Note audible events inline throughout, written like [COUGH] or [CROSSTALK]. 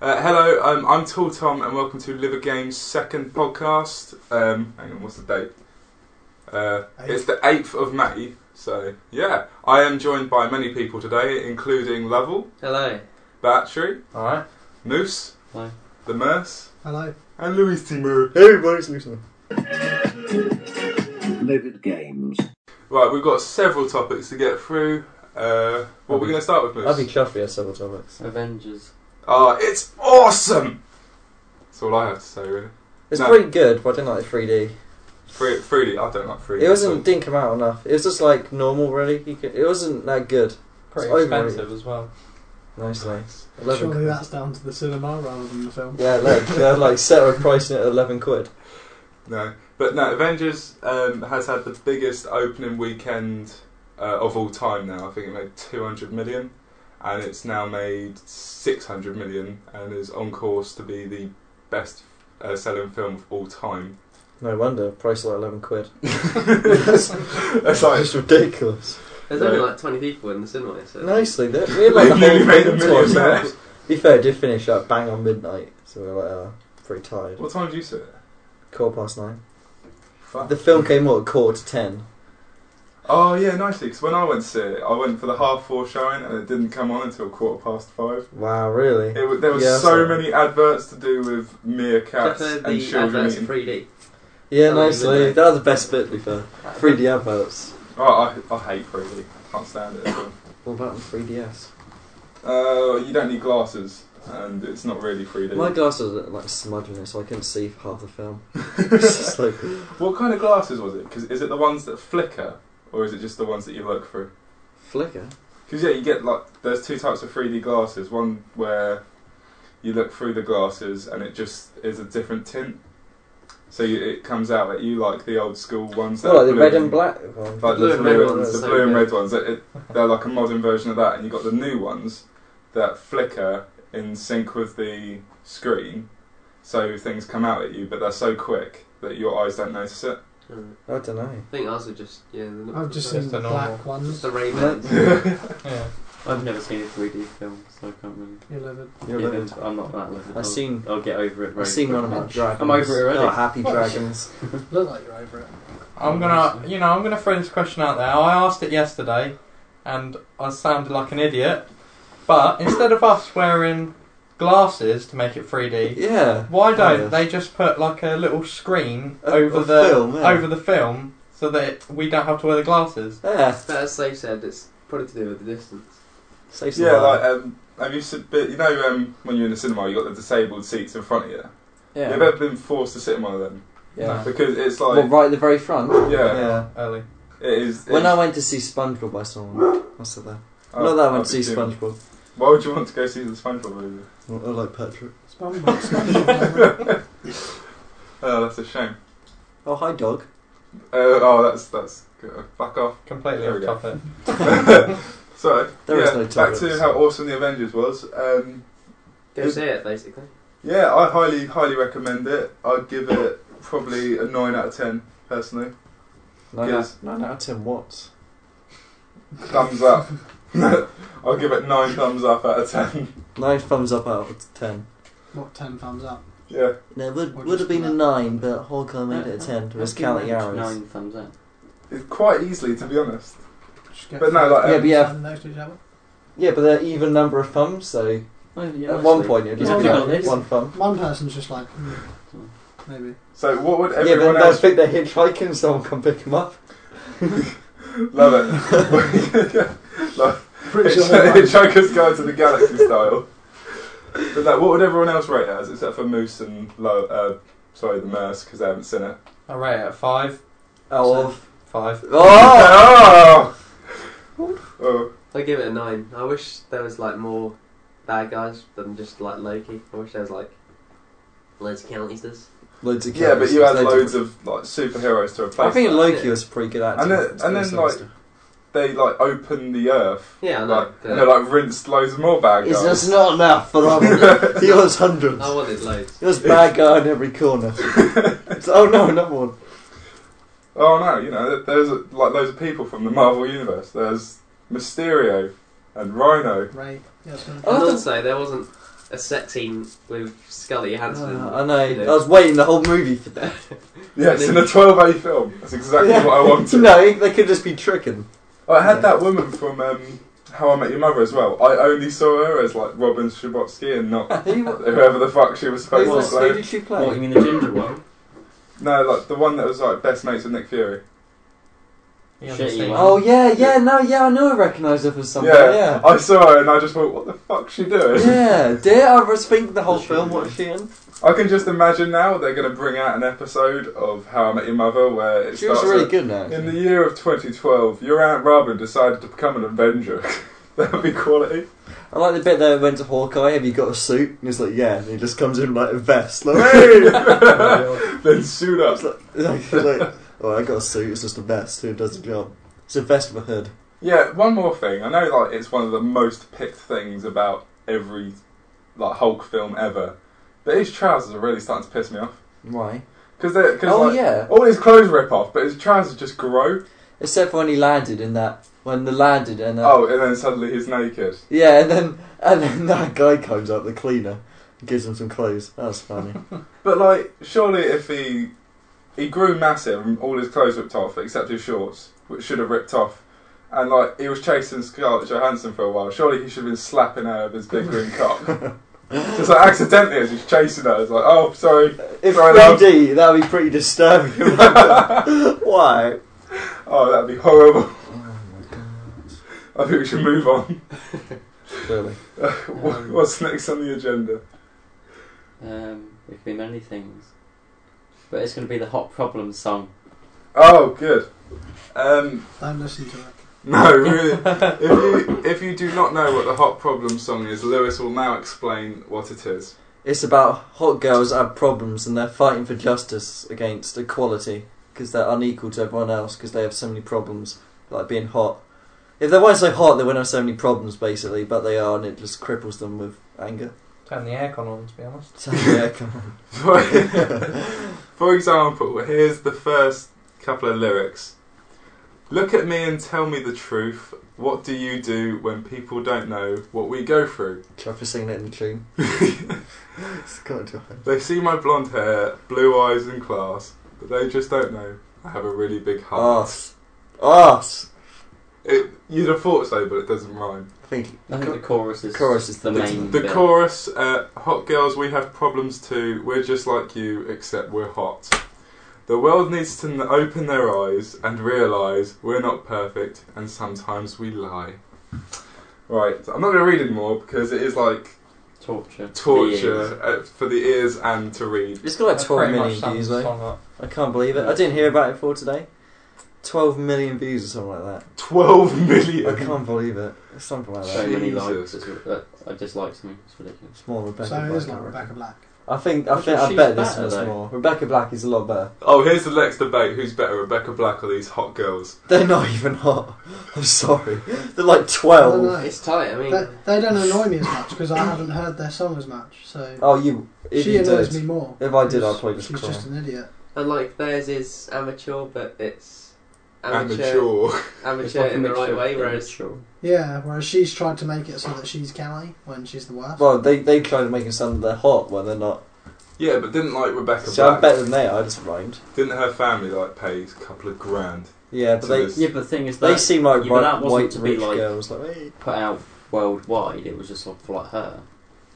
Uh, hello, um, I'm Tall Tom, and welcome to Liver Games' second podcast. Um, hang on, what's the date? Uh, it's the 8th of May, so yeah. I am joined by many people today, including Lovell, Hello. Battery, Alright. Moose, Hello. The Merce, Hello. and Louis Timur. Everybody's listening. Livid Games. Right, we've got several topics to get through. Uh, what are we Lovely. going to start with, I've been Moose? chuffed has several topics. Avengers. Ah, it's awesome! That's all I have to say, really. It's No. pretty good, but I didn't like the 3D. Free, 3D, I don't like 3D. It wasn't so- didn't come out enough. It was just like normal, really. You could, it wasn't that good. Pretty It's expensive overrated. as well. Nicely. Nice. Eleven. Surely quid. that's down to the cinema rather than the film. Yeah, look, they had like separate pricing at eleven quid. No, but no, Avengers um, has had the biggest opening weekend uh, of all time now. I think it made 200 million, and it's now made 600 million, and is on course to be the best uh, selling film of all time. No wonder, price like eleven quid. [LAUGHS] it's, it's like, just ridiculous. There's Right. only like 20 people in the cinema, so. Nicely, that we had like they've the whole nearly made a film million time. there. Be fair, it did finish up bang on midnight, so we were like, uh, pretty tired. What time did you see it? Quarter past nine. Fuck. The film came out at quarter to ten. Oh yeah, nicely. Because when I went to see it, I went for the half four showing, and it didn't come on until quarter past five. Wow, really? It, wa- there were Yeah, so so- many adverts to do with Except meerkats for and uh, the children adverts in eating 3D. Yeah, That was nicely. midnight. That was the best bit, to be fair. 3D adverts. Oh, I, I hate 3D. I can't stand it. at all. What about on 3DS? Uh, you don't need glasses, and it's not really 3D. [LAUGHS] My glasses were like smudging it, so I couldn't see half the film. It's just like, what kind of glasses was it? 'Cause is it the ones that flicker, or is it just the ones that you look through? flicker. Because yeah, you get like there's two types of 3D glasses. One where you look through the glasses, and it just is a different tint. So you, it comes out that you like the old school ones. that Well, are like the blue red and black one. Like Blue the and blue, red and- ones, the so blue and good. red ones. It- it- they're like a modern version of that, and you got the new ones that flicker in sync with the screen, so things come out at you, but they're so quick that your eyes don't notice [LAUGHS] it. Mm. I don't know. I think ours are just. Yeah, they're not- I've Just just seen the the black normal. ones. Just the Raymans. [LAUGHS] Yeah. I've never seen a 3D film, so I can't really. You love it. You're Yeah, living. then I'm not that level. I've seen- I'll get over it. Very I've seen one quickly. about dragons. I'm over it already. Oh, happy dragons. Look like you're over it. I'm gonna, you know, I'm gonna throw this question out there. I asked it yesterday, and I sounded like an idiot. But instead of us wearing glasses to make it 3D, yeah. why don't Yes. they just put like a little screen A- over a the film, yeah. over the film so that we don't have to wear the glasses? Yeah. But as Safe said, it's probably to do with the distance. Save [LAUGHS] some yeah, money. like um, have you seen- but you know um, when you're in the cinema, you got the disabled seats in front of you. yeah. You've ever been forced to sit in one of them yeah. No. because it's like Well, right at the very front. Yeah. Early. it is. When it's- I went to see SpongeBob, I saw one. What's it there? oh, Not that I went I'd to see be doomed. SpongeBob. Why would you want to go see the SpongeBob movie? I like Patrick. SpongeBob. [LAUGHS] SpongeBob. Oh, that's a shame. Oh, hi, dog. Uh, oh, that's that's good. back off. Completely There we off go. topic. [LAUGHS] [LAUGHS] So There yeah, is no back topics. to how awesome the Avengers was. Um, Go Is- see it, basically. yeah, I highly highly recommend it. I'd give it probably a nine out of ten personally. Nine Yes. out, nine out of ten watts. Thumbs up. [LAUGHS] I'll give it nine thumbs up out of ten. [LAUGHS] Nine thumbs up out of ten. what, 10 thumbs up? Yeah, No, it Or would, just would have been a that. nine, but Hawkeye made it a Uh, ten. It was I've given counting that arrows. Nine thumbs up. it's quite easily to be honest. Just get But no, five like, thumbs Yeah, but yeah. down next to each other. Yeah, but they're even number of thumbs, so Oh, yeah, at one nicely. point you're just Yeah, yeah, look at this. one thumb. One person's just like, hmm, maybe. So what would yeah, everyone but they'll else think they're hitchhiking, and someone come pick them up. love [LAUGHS] [LAUGHS] it? Pretty It's sure they're right. Hitchhiker's Guide to the Galaxy style. But no, what would everyone else rate it as except for Moose and Lo? Uh, sorry, the Merce because they haven't seen it. I rate it a five. Out of Five. oh, Oh! Oh. I give it a 9. I wish there was like more bad guys than just like Loki. I wish there was like loads of counties. loads of Yeah, but you characters, had they loads did- of like superheroes to I replace. think them. Loki was a pretty good actor. And then- and then, like, they like open the Earth. Yeah, I know. Like, and they like rinsed loads more bad it's guys. just not enough for [LAUGHS] [LAUGHS] them. he was hundreds. I wanted loads. He was bad guy in [LAUGHS] every corner. It's- oh no, another one. Oh no, you know there's like loads of people from the Marvel universe. There's Mysterio and Rhino. Ray. Yeah, it's Oh, And that's- also, there wasn't a sex scene with Scully Hansen. Uh, I know. I was waiting the whole movie for that. Yes, in a 12 A film. That's exactly Yeah. what I wanted. [LAUGHS] no, they could just [LAUGHS] be tricking. I had Yeah. that woman from um, How I Met Your Mother as well. I only saw her as like Robin Schabotsky and not Who, whoever the fuck she was supposed who, to was- who play. did she What, you play? mean the ginger one? No, like the one that was like best mates with Nick Fury. You haven't Shitty seen one. it. Oh yeah, yeah, no, yeah, I know I recognised her from somewhere. Yeah, Yeah, I saw her and I just thought, what the fuck's she doing? yeah. Dear, I was thinking the whole She film. was. What's she in? I can just imagine now they're going to bring out an episode of How I Met Your Mother where it She starts was really at- good now. In the year of 2012, your Aunt Robin decided to become an Avenger. [LAUGHS] That'd be quality. I like the bit that went to Hawkeye. Have you got a suit? And he's like, yeah. And he just comes in like a vest. Like, [LAUGHS] Hey! then suit It's up. like, [LAUGHS] it's like, it's like, oh, I got a suit. It's just a vest. Who does the job? It's a vest with a hood. Yeah, one more thing. I know like it's one of the most picked things about every like Hulk film ever, but his trousers are really starting to piss me off Why? because they're cause, Oh like, yeah. all his clothes rip off, but his trousers just grow. Except for when he landed in that. When they landed and uh, Oh, and then suddenly he's naked. yeah, and then and then [LAUGHS] that guy comes up, the cleaner, and gives him some clothes. That was funny. But like, surely if he he grew massive and all his clothes ripped off except his shorts, which should have ripped off, and like he was chasing Scarlett Johansson for a while, surely he should have been slapping her with his big green cock. Just like accidentally as he's chasing her, it's like, oh, sorry, [LAUGHS] Oh If Fair 3D, that would be pretty disturbing. [LAUGHS] Why? oh, that'd be horrible. I think we should move on. [LAUGHS] Really? What- What's next on the agenda? Um, it could be many things. But it's going to be the Hot [LAUGHS] Problems song. Oh, good. Um, [LAUGHS] Don't listen to it. No, really. if you if you do not know what the Hot Problem song is, Lewis will now explain what it is. [LAUGHS] It's about hot girls have problems and they're fighting for justice against equality because they're unequal to everyone else because they have so many problems, like being hot. If they weren't so hot, they wouldn't have so many problems, basically, but they are, and it just cripples them with anger. Turn the aircon on, to be honest. So, yeah, come on. For, for example, here's the first couple of lyrics. Look at me and tell me the truth. What do you do when people don't know what we go through? Try for singing it in the tune. It's got to happen. They see my blonde hair, blue eyes, and class, but they just don't know I have a really big heart. Arse. Arse. It, you'd have thought so, but it doesn't rhyme. I think. I think the chorus is Chorus is the the- main The bit. chorus, uh, hot girls, we have problems too. We're just like you, except we're hot. The world needs to n- open their eyes and realise we're not perfect and sometimes we lie. Right, I'm not going to read it more because it is like torture. torture uh, for the ears and to read. It's got like That 12 pretty much million sums views, the though. song up. I can't believe it. I didn't hear about it before today. 12 million views or something like that. 12 I [LAUGHS] million! can't believe it. It's something like So that. many likes. Jesus. It's, uh, I dislike something. It's ridiculous. It's more Rebecca so Black. it is like I reckon. Rebecca Black. I think I Actually, think I she's bet this better, one's though. more. Rebecca Black is a lot better. [LAUGHS] Oh, here's the next debate who's better, Rebecca Black or these hot girls? They're not even hot. I'm sorry. They're like I don't twelve. know. It's tight. I mean, They, they don't annoy me as much because I haven't heard their song as much. So Oh, you. If she you annoys did, me more. if I did, because I'd probably just she's cry. just an idiot. and like theirs is amateur, but it's amateur, Amateur. [LAUGHS] amateur, It's like a in the right mixture way. of Whereas immature. Yeah, whereas she's tried to make it so that she's Kelly when she's the worst. Well, they they tried to make it sound they're hot when they're not. Yeah, but didn't like Rebecca So I'm Black. better than they. are, I just rhymed. Didn't her family like pay a couple of grand? Yeah, but So they there's- Yeah, but the thing is, that they seem like yeah, but white, that wasn't white to be rich like- girls. Like, hey. put out worldwide, it was just sort of like her.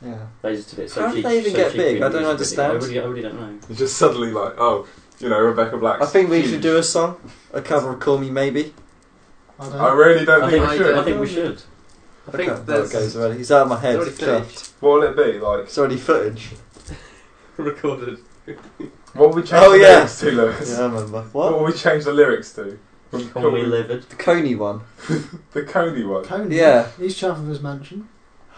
yeah. They just did it so How did she- they even so get she big? could I don't use it. understand. I really, I really don't know. You're just suddenly like, oh, you know, Rebecca Black. I think we should huge. do a song, a cover of "Call Me Maybe." I I don't. really don't I think think, we I should. I think we should. I think okay, that there's goes already. He's out of my it's head. already [LAUGHS] Chuffed. finished, What will it be like? It's already footage. recorded. What would we change Oh, the yeah. lyrics to, Lewis? Yeah, I remember. What What? will we change the lyrics to? From Can we Coney- live The Coney one. [LAUGHS] the Coney one. Conan. Yeah. He's chuffed with his [LAUGHS] mansion.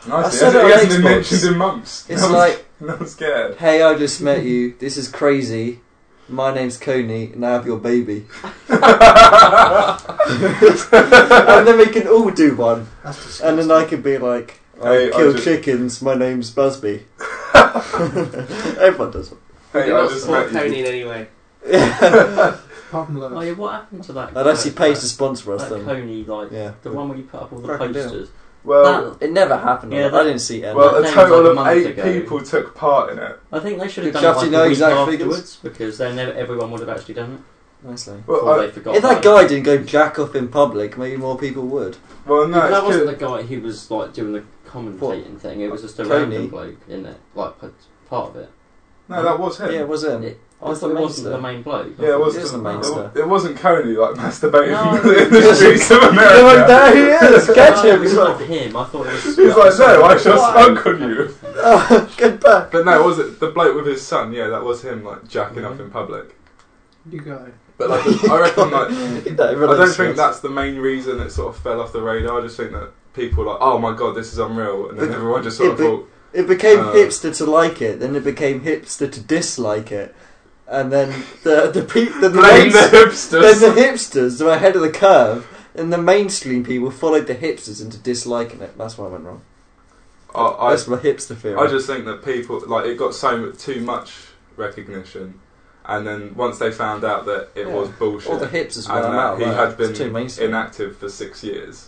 Nice. It said hasn't, it it on hasn't been Xbox. mentioned in months. It's no one's- like, [LAUGHS] no one's [LAUGHS] scared. hey, I just met you. This is crazy. My name's Coney, and I have your baby. and then we can all do one. That's disgusting. And then I can be like, I Hey, I kill just- chickens. My name's Busby. Everyone does one. We Hey, did I not just support met you. Conan anyway. Apart from Oh Lewis. yeah, what happened to [LAUGHS] that? I'd actually pay to that, sponsor us that then. Coney like Yeah. the one where you put up all the Fucking do. posters. Well, It never happened. Yeah, I that- didn't see any. well, that a thing was total like a of month eight ago. people took part in it. I think they should have Did done you have it to like a know week exact afterwards figures? because then never, everyone would have actually done it. Nicely. Well, uh, Or I, they forgot. if that about guy it. didn't go jack off in public, maybe more people would. well, no, that it's wasn't the good. guy who was like doing the commentating thing. It was just a Tony? random bloke in it, like p- part of it. no, that was him. Yeah, it was him. It- I I was thought the it master. wasn't the main bloke. I Yeah, it [LAUGHS] thought- was It was the mainster. It, it wasn't Coney like [LAUGHS] masturbating No, in the it [LAUGHS] streets of They're like, America. there he is! Catch No, it him! was not him. I thought it was. He's like, no, I shall Why? smoke on you. [LAUGHS] Oh, get back! But no, was it the bloke with his son? Yeah, that was him like jacking Mm-hmm. up in public. You go. But like, I reckon [LAUGHS] like [LAUGHS] That I don't relates to think us. that's the main reason it sort of fell off the radar. I just think that people were like, oh my god, this is unreal, and then But- everyone just sort yeah, of but- thought, It became Uh, hipster to like it, then it became hipster to dislike it, and then the uh, the pe- the, the, blame the main- then the hipsters. hipsters were ahead of the curve, and the mainstream people followed the hipsters into disliking it. That's why I went wrong. I, I, That's my hipster theory. I just think that people like it got so mu- too much recognition, and then once they found out that it Yeah. was all the bullshit, hipsters and were out. that he there. had It's too been mainstream. inactive for six years.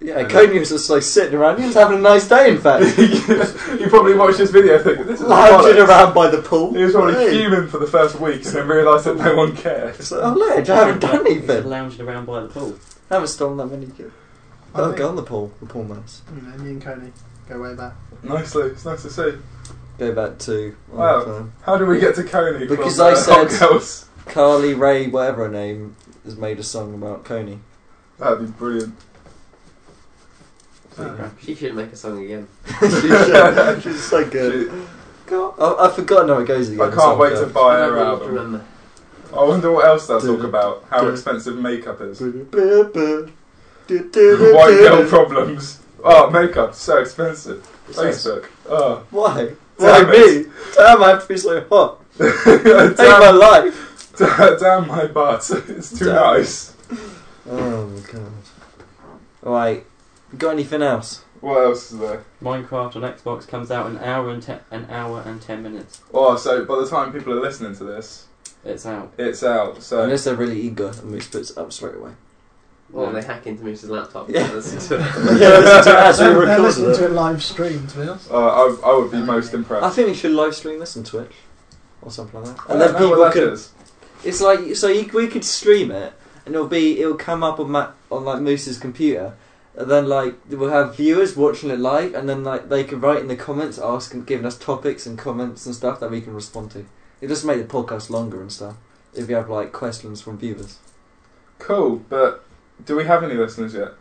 yeah, Coney was just like sitting around. He was having a nice day. [LAUGHS] In fact, you probably watched this video thinking this is lounging bollocks." around by the pool. He was probably Hey. human for the first week, and then realised that no one cared. It's like, oh look, [LAUGHS] I haven't done He's just anything. Lounging around by the pool. I haven't stolen that many. ki- I Oh, think- go on the pool. The pool mouse. You know, me Mm, and Coney go way back. Nicely, it's nice to see. Go back to. oh, Wow. sorry. How do we get to Coney? Because from, I uh, said- Hot Girls? Carly Ray, whatever her name, has made a song [LAUGHS] about Coney. [LAUGHS] That'd be brilliant. Uh, She should make a song again. she's, so- she's so good. Shit, God, I, I've forgotten how it goes again. I can't wait to [LAUGHS] buy I her don't really album. remember. I wonder what else they'll Do- talk about. How do- expensive makeup is. White White girl problems. Oh, makeup so expensive. Facebook. Oh, [LAUGHS] Why? Why Damn me? Damn, I have to be so [LAUGHS] hot. Hate my damn, [LAUGHS] life. damn my butt. [LAUGHS] It's too Damn. nice. Oh my god. Alright, got anything else? What else is there? Minecraft on Xbox comes out an hour and te- an hour and ten minutes. Oh, so by the time people are listening to this, It's out. it's out. So Unless they're really eager and we split it up straight away. Well, they No. hack into Moose's laptop. Yeah. [LAUGHS] Listen to it. [LAUGHS] yeah, listen to it as we They're, they're record listening it. to it live stream, to be honest. uh, I, I would be most impressed. I think we should live stream this on Twitch or something like that. I And don't then know what people that could. is. It's like so you, we could stream it, and it'll be it'll come up on Ma- on like Moose's computer, and then like we'll have viewers watching it live, and then like they can write in the comments asking, giving us topics and comments and stuff that we can respond to. It just make the podcast longer and stuff if you have like questions from viewers. Cool, but do we have any listeners yet?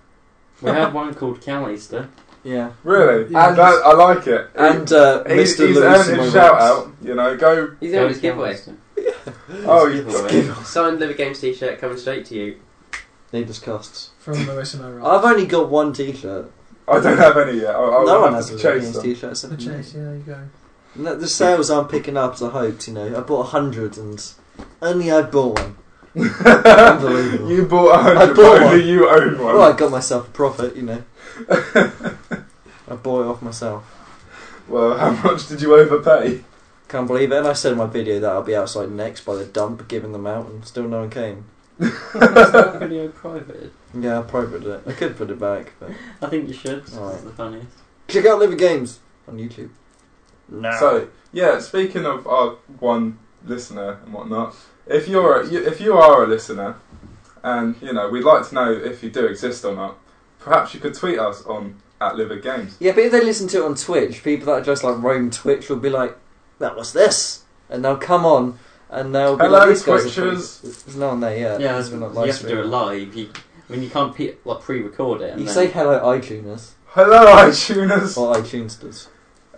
We had one called Cal Easter. Yeah, [LAUGHS] Really? Yeah. And, I, I like it. and uh, He's, Mr. he's Lewis earned and his my shout rocks. out, you know. Go. He's Cal doing his Easter. giveaway. Oh, you [LAUGHS] Giveaway. Signed Liver Games t-shirt coming straight to [LAUGHS] you. Needless costs. From Lewis and O'Reilly. I've only got one T-shirt. I don't have any yet. I, I no will one have has to a chase Chase them. T-shirt. except The for me. chase, yeah, you go. No, the sales aren't picking up as I hoped, you know. I bought a hundred and only I [LAUGHS] bought one. Unbelievable. you bought a I hundred, bought but only one. you own one. Well, I got myself a profit, [LAUGHS] you know. I bought it off myself. Well, how much did you overpay? Can't believe it. And I said in my video that I'll be outside next by the dump giving them out, and still no one came. Is that video private? Yeah, I probably did it. I could put it back, but. I think you should. It's Alright. the funniest. Check out Liver Games on YouTube. No. So, yeah. Speaking of our one listener and whatnot, if you're a, you- if you are a listener, and you know we'd like to know if you do exist or not, perhaps you could tweet us on at Livid Games. Yeah, but if they listen to it on Twitch, people that just like roam Twitch will be like, "That was this," and they'll come on and they'll be Hello, like, "These guys are Twitchers." pretty- There's no one there yet. yeah, It's been, like, you live have to do it streamed. live. You, I mean, you can't pe- like pre-record it. And You then, say hello iTuners Hello, [LAUGHS] iTuners, or iTunesters.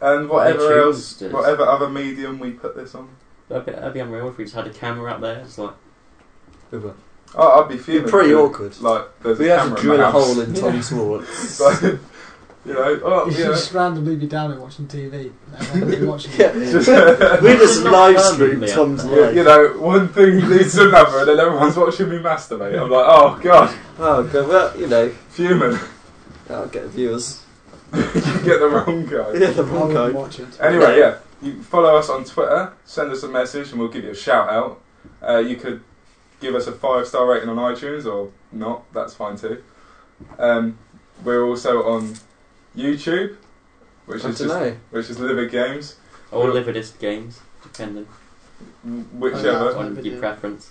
and whatever iTunes else, does. whatever other medium we put this on. that'd, be, that'd be unreal if we just had a camera up there. It's like Oh, I'd be fuming. It'd be pretty too. awkward. Like, there's We a have camera to drill in a my [LAUGHS] house. hole in Tom's wall. [LAUGHS] Like, you know, oh, you yeah. should just randomly be down there watching TV. And be [LAUGHS] watching it. Just- we just [LAUGHS] It's not live fun, stream yeah. Tom's Yeah, You life. know, one thing leads to another, and then everyone's watching me masturbate. I'm like, oh god, Oh god, well you know, fuming. that'll get viewers. you get the wrong guy. Yeah, the I wrong wouldn't guy. watch it. Anyway, yeah, you can follow us on Twitter, send us a message, and we'll give you a shout out. Uh, you could give us a five star rating on iTunes or not, that's fine too. Um, we're also on YouTube, which I is don't just know. which is Livid Games, Or lividist games, depending wh- whichever. Oh, on your Video. preference.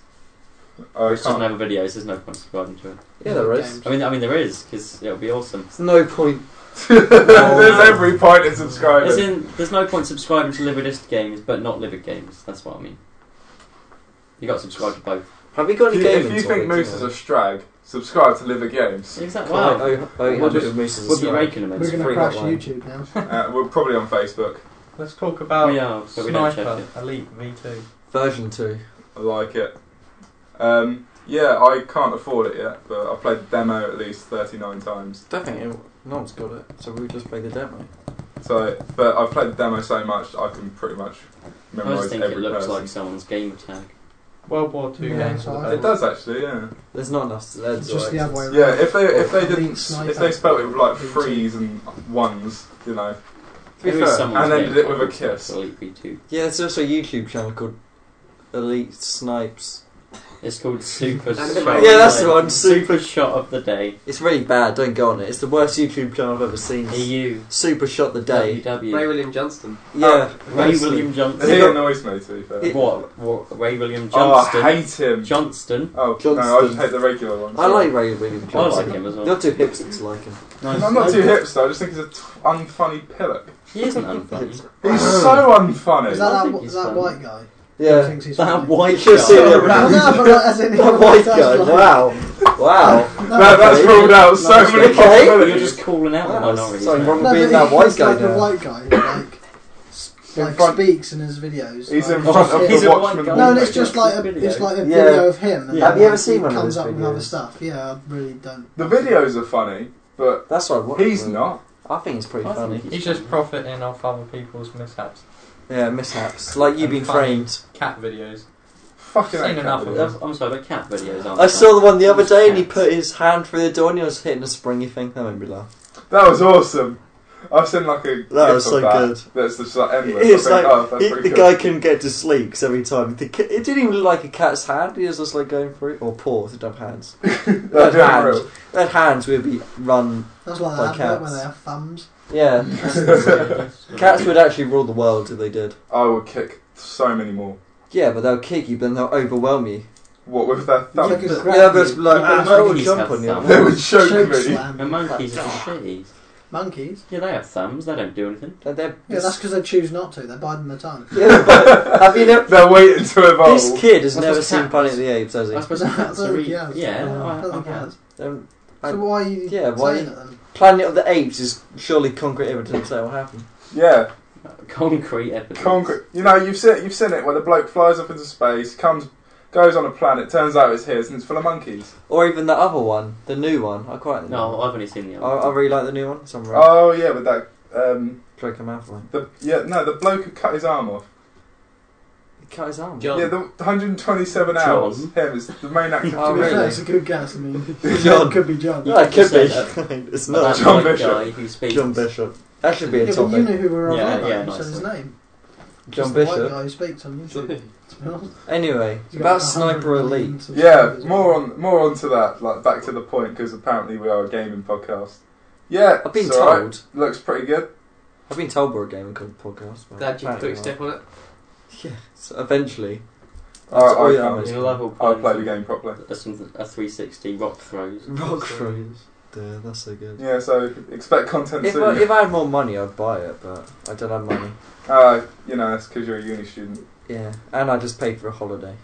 Oh, I Which doesn't can't. have a videos, there's no point subscribing to it. Yeah, there is. Games. I mean, I mean there is, because it'll be awesome. There's no point. [LAUGHS] There's every point in As subscribing. in, there's no point subscribing to lividist games, but not livid games. That's what I mean. You got to subscribe to both. Have you got If any you, gaming if you think Moose is a strag, subscribe to Livid Games. Exactly. Wow. Wow. Oh, oh, What what is- Moose is a Would be slag. raking them We're in. going to free crash online. YouTube now. uh, we're probably on Facebook. Let's talk about We are, but we don't check Sniper it. Elite V2. Version 2. I like it. Um, yeah, I can't afford it yet, but I played the demo at least 39 times. Don't think it, no one's got it, so we just play the demo. So, but I've played the demo so much, I can pretty much I memorise just think it every looks person. like someone's game attack. World War Two Yeah, games. so Oh. are the I- best. It does actually, yeah. There's not enough It's sleds. just the other way around. Yeah, if they if they Elite didn't Sniper. if they spelled it with like Elite. threes and ones, you know. There is someone's and game ended it with a attack kiss. Elite V2. Yeah, there's also a YouTube channel called Elite Snipes. It's called Super That's Shot. the one. of Yeah, that's Day. the one, Super Shot of the Day. It's really bad, don't go on it. It's the worst YouTube channel I've ever seen. EU. Super Shot the Day. WW. Ray William Johnston. Yeah. E. Oh, Ray William Johnston. He annoys me to be fair. It- what? what? Ray William oh, Oh, Johnston. I hate him. Johnston. oh no, I Johnston. just hate the regular ones. I like Ray William Johnson. I like him as You're well. two hipsters like him. And I'm not too hipster. I just think he's a t- unfunny pillock. He isn't unfunny. He's so unfunny. Is that I that, think wh- he's is that fun. white guy? Who Yeah. [LAUGHS] thinks he's That funny? white should see guy. the Well, [LAUGHS] no, but that- as in he- [LAUGHS] That white guy. that's like- Wow. Wow. That- that's Okay. ruled out so Okay. many Okay. possibilities. You're just calling out the Wow, minorities. something man. wrong No, with being but that he- white he's guy like a now. white guy who, like, s- In like front- speaks in his videos. He's like, in front [LAUGHS] of He's the a white Watchmen. No, guy. and Like, wallpaper. it's just like a, it's videos. like a Yeah. video of him. And Have then you he ever seen one of comes his up with other videos? stuff. Yeah, I really don't. The videos are funny, but That's what I want. he's not. I think he's pretty I think funny. he's- He's just profiting off other people's mishaps. Yeah, mishaps. Like you And being funny. framed. Cat videos. Fucking Seen hate enough of them. Cavill. That's- I'm sorry, but cat videos aren't. I saw the fun. one the other It's day and he cats. put his hand through the door and he was hitting a springy thing. That made me laugh. That was awesome. I've seen like a That gif was of so that good. That's just like endless. It's I think, like, oh, that's he, pretty the cool. guy couldn't get to sleep 'cause every time. The ca- it didn't even look like a cat's hand. He was just like going through it. Or paw, if they don't have hands. That's That hand. unreal. That hands would be run. That's like Like that advert cats. where they have thumbs. Yeah. [LAUGHS] Cats would actually rule the world if they did. I would kick so many more. Yeah, but they'll kick you, but then they'll overwhelm you. What with their Look thumb? at his Yeah, grab but it's you. like, Yeah, but ah, they'll monkeys jump have on thumbs. you. They would choke Choke me. slam. The monkeys are shitties. Monkeys. Yeah, they have thumbs. They don't do anything. They're, they're, Yeah, that's because they choose not to. They're biding their time. [LAUGHS] Yeah, but have you never? They're waiting to evolve. This kid has That's never what seen cats- Planet of the Apes, has he? I suppose [LAUGHS] cats are. e- Yeah, Yeah, I I- don't I think it have. has. Um, I- So why are you Yeah, why- saying it then? Planet of the Apes is surely concrete evidence that will happen. Yeah, Concrete evidence. concrete. You know, you've seen you've seen it where the bloke flies up into space, comes, goes on a planet, turns out it's his, and it's full of monkeys. Or even the other one, the new one. I quite No, I've only seen the I, other. I one. really like the new one. Some right. Oh yeah, with that. Um, Draco Malfoy. the yeah no, the bloke who cut his arm off. He cut his arm. John. Yeah, the 127 John. hours. Him is the main actor. To Oh, be fair, really? It's a good guess. I [LAUGHS] mean, John. it could be John. No, it could You said be. [LAUGHS] it's But not that John white Bishop. guy who speaks. John [LAUGHS] Bishop. That should be Yeah, a but you knew topic. who we were on Yeah, about. yeah, you said his nicely. name. John Just the White Bishop. guy who speaks on YouTube. to be honest. Anyway, He's got like 100 about Sniper million Elite. Yeah, subscribers. more on more onto that. Like back to the point because apparently we are a gaming podcast. Yeah, I've been it's alright. told. Looks pretty good. I've been told we're a gaming co- podcast. but Glad you apparently quick step on it. not. Yeah. So eventually. I, That's all I you can't- have. In a level I'll point. play the game properly. There's some a 360 rock throws. Rock throws. Dude, that's so good. Yeah, so expect content If I, soon. if I had more money, I'd buy it, but I don't have money. Uh, you know, that's because you're a uni student. Yeah, and I just paid for a holiday.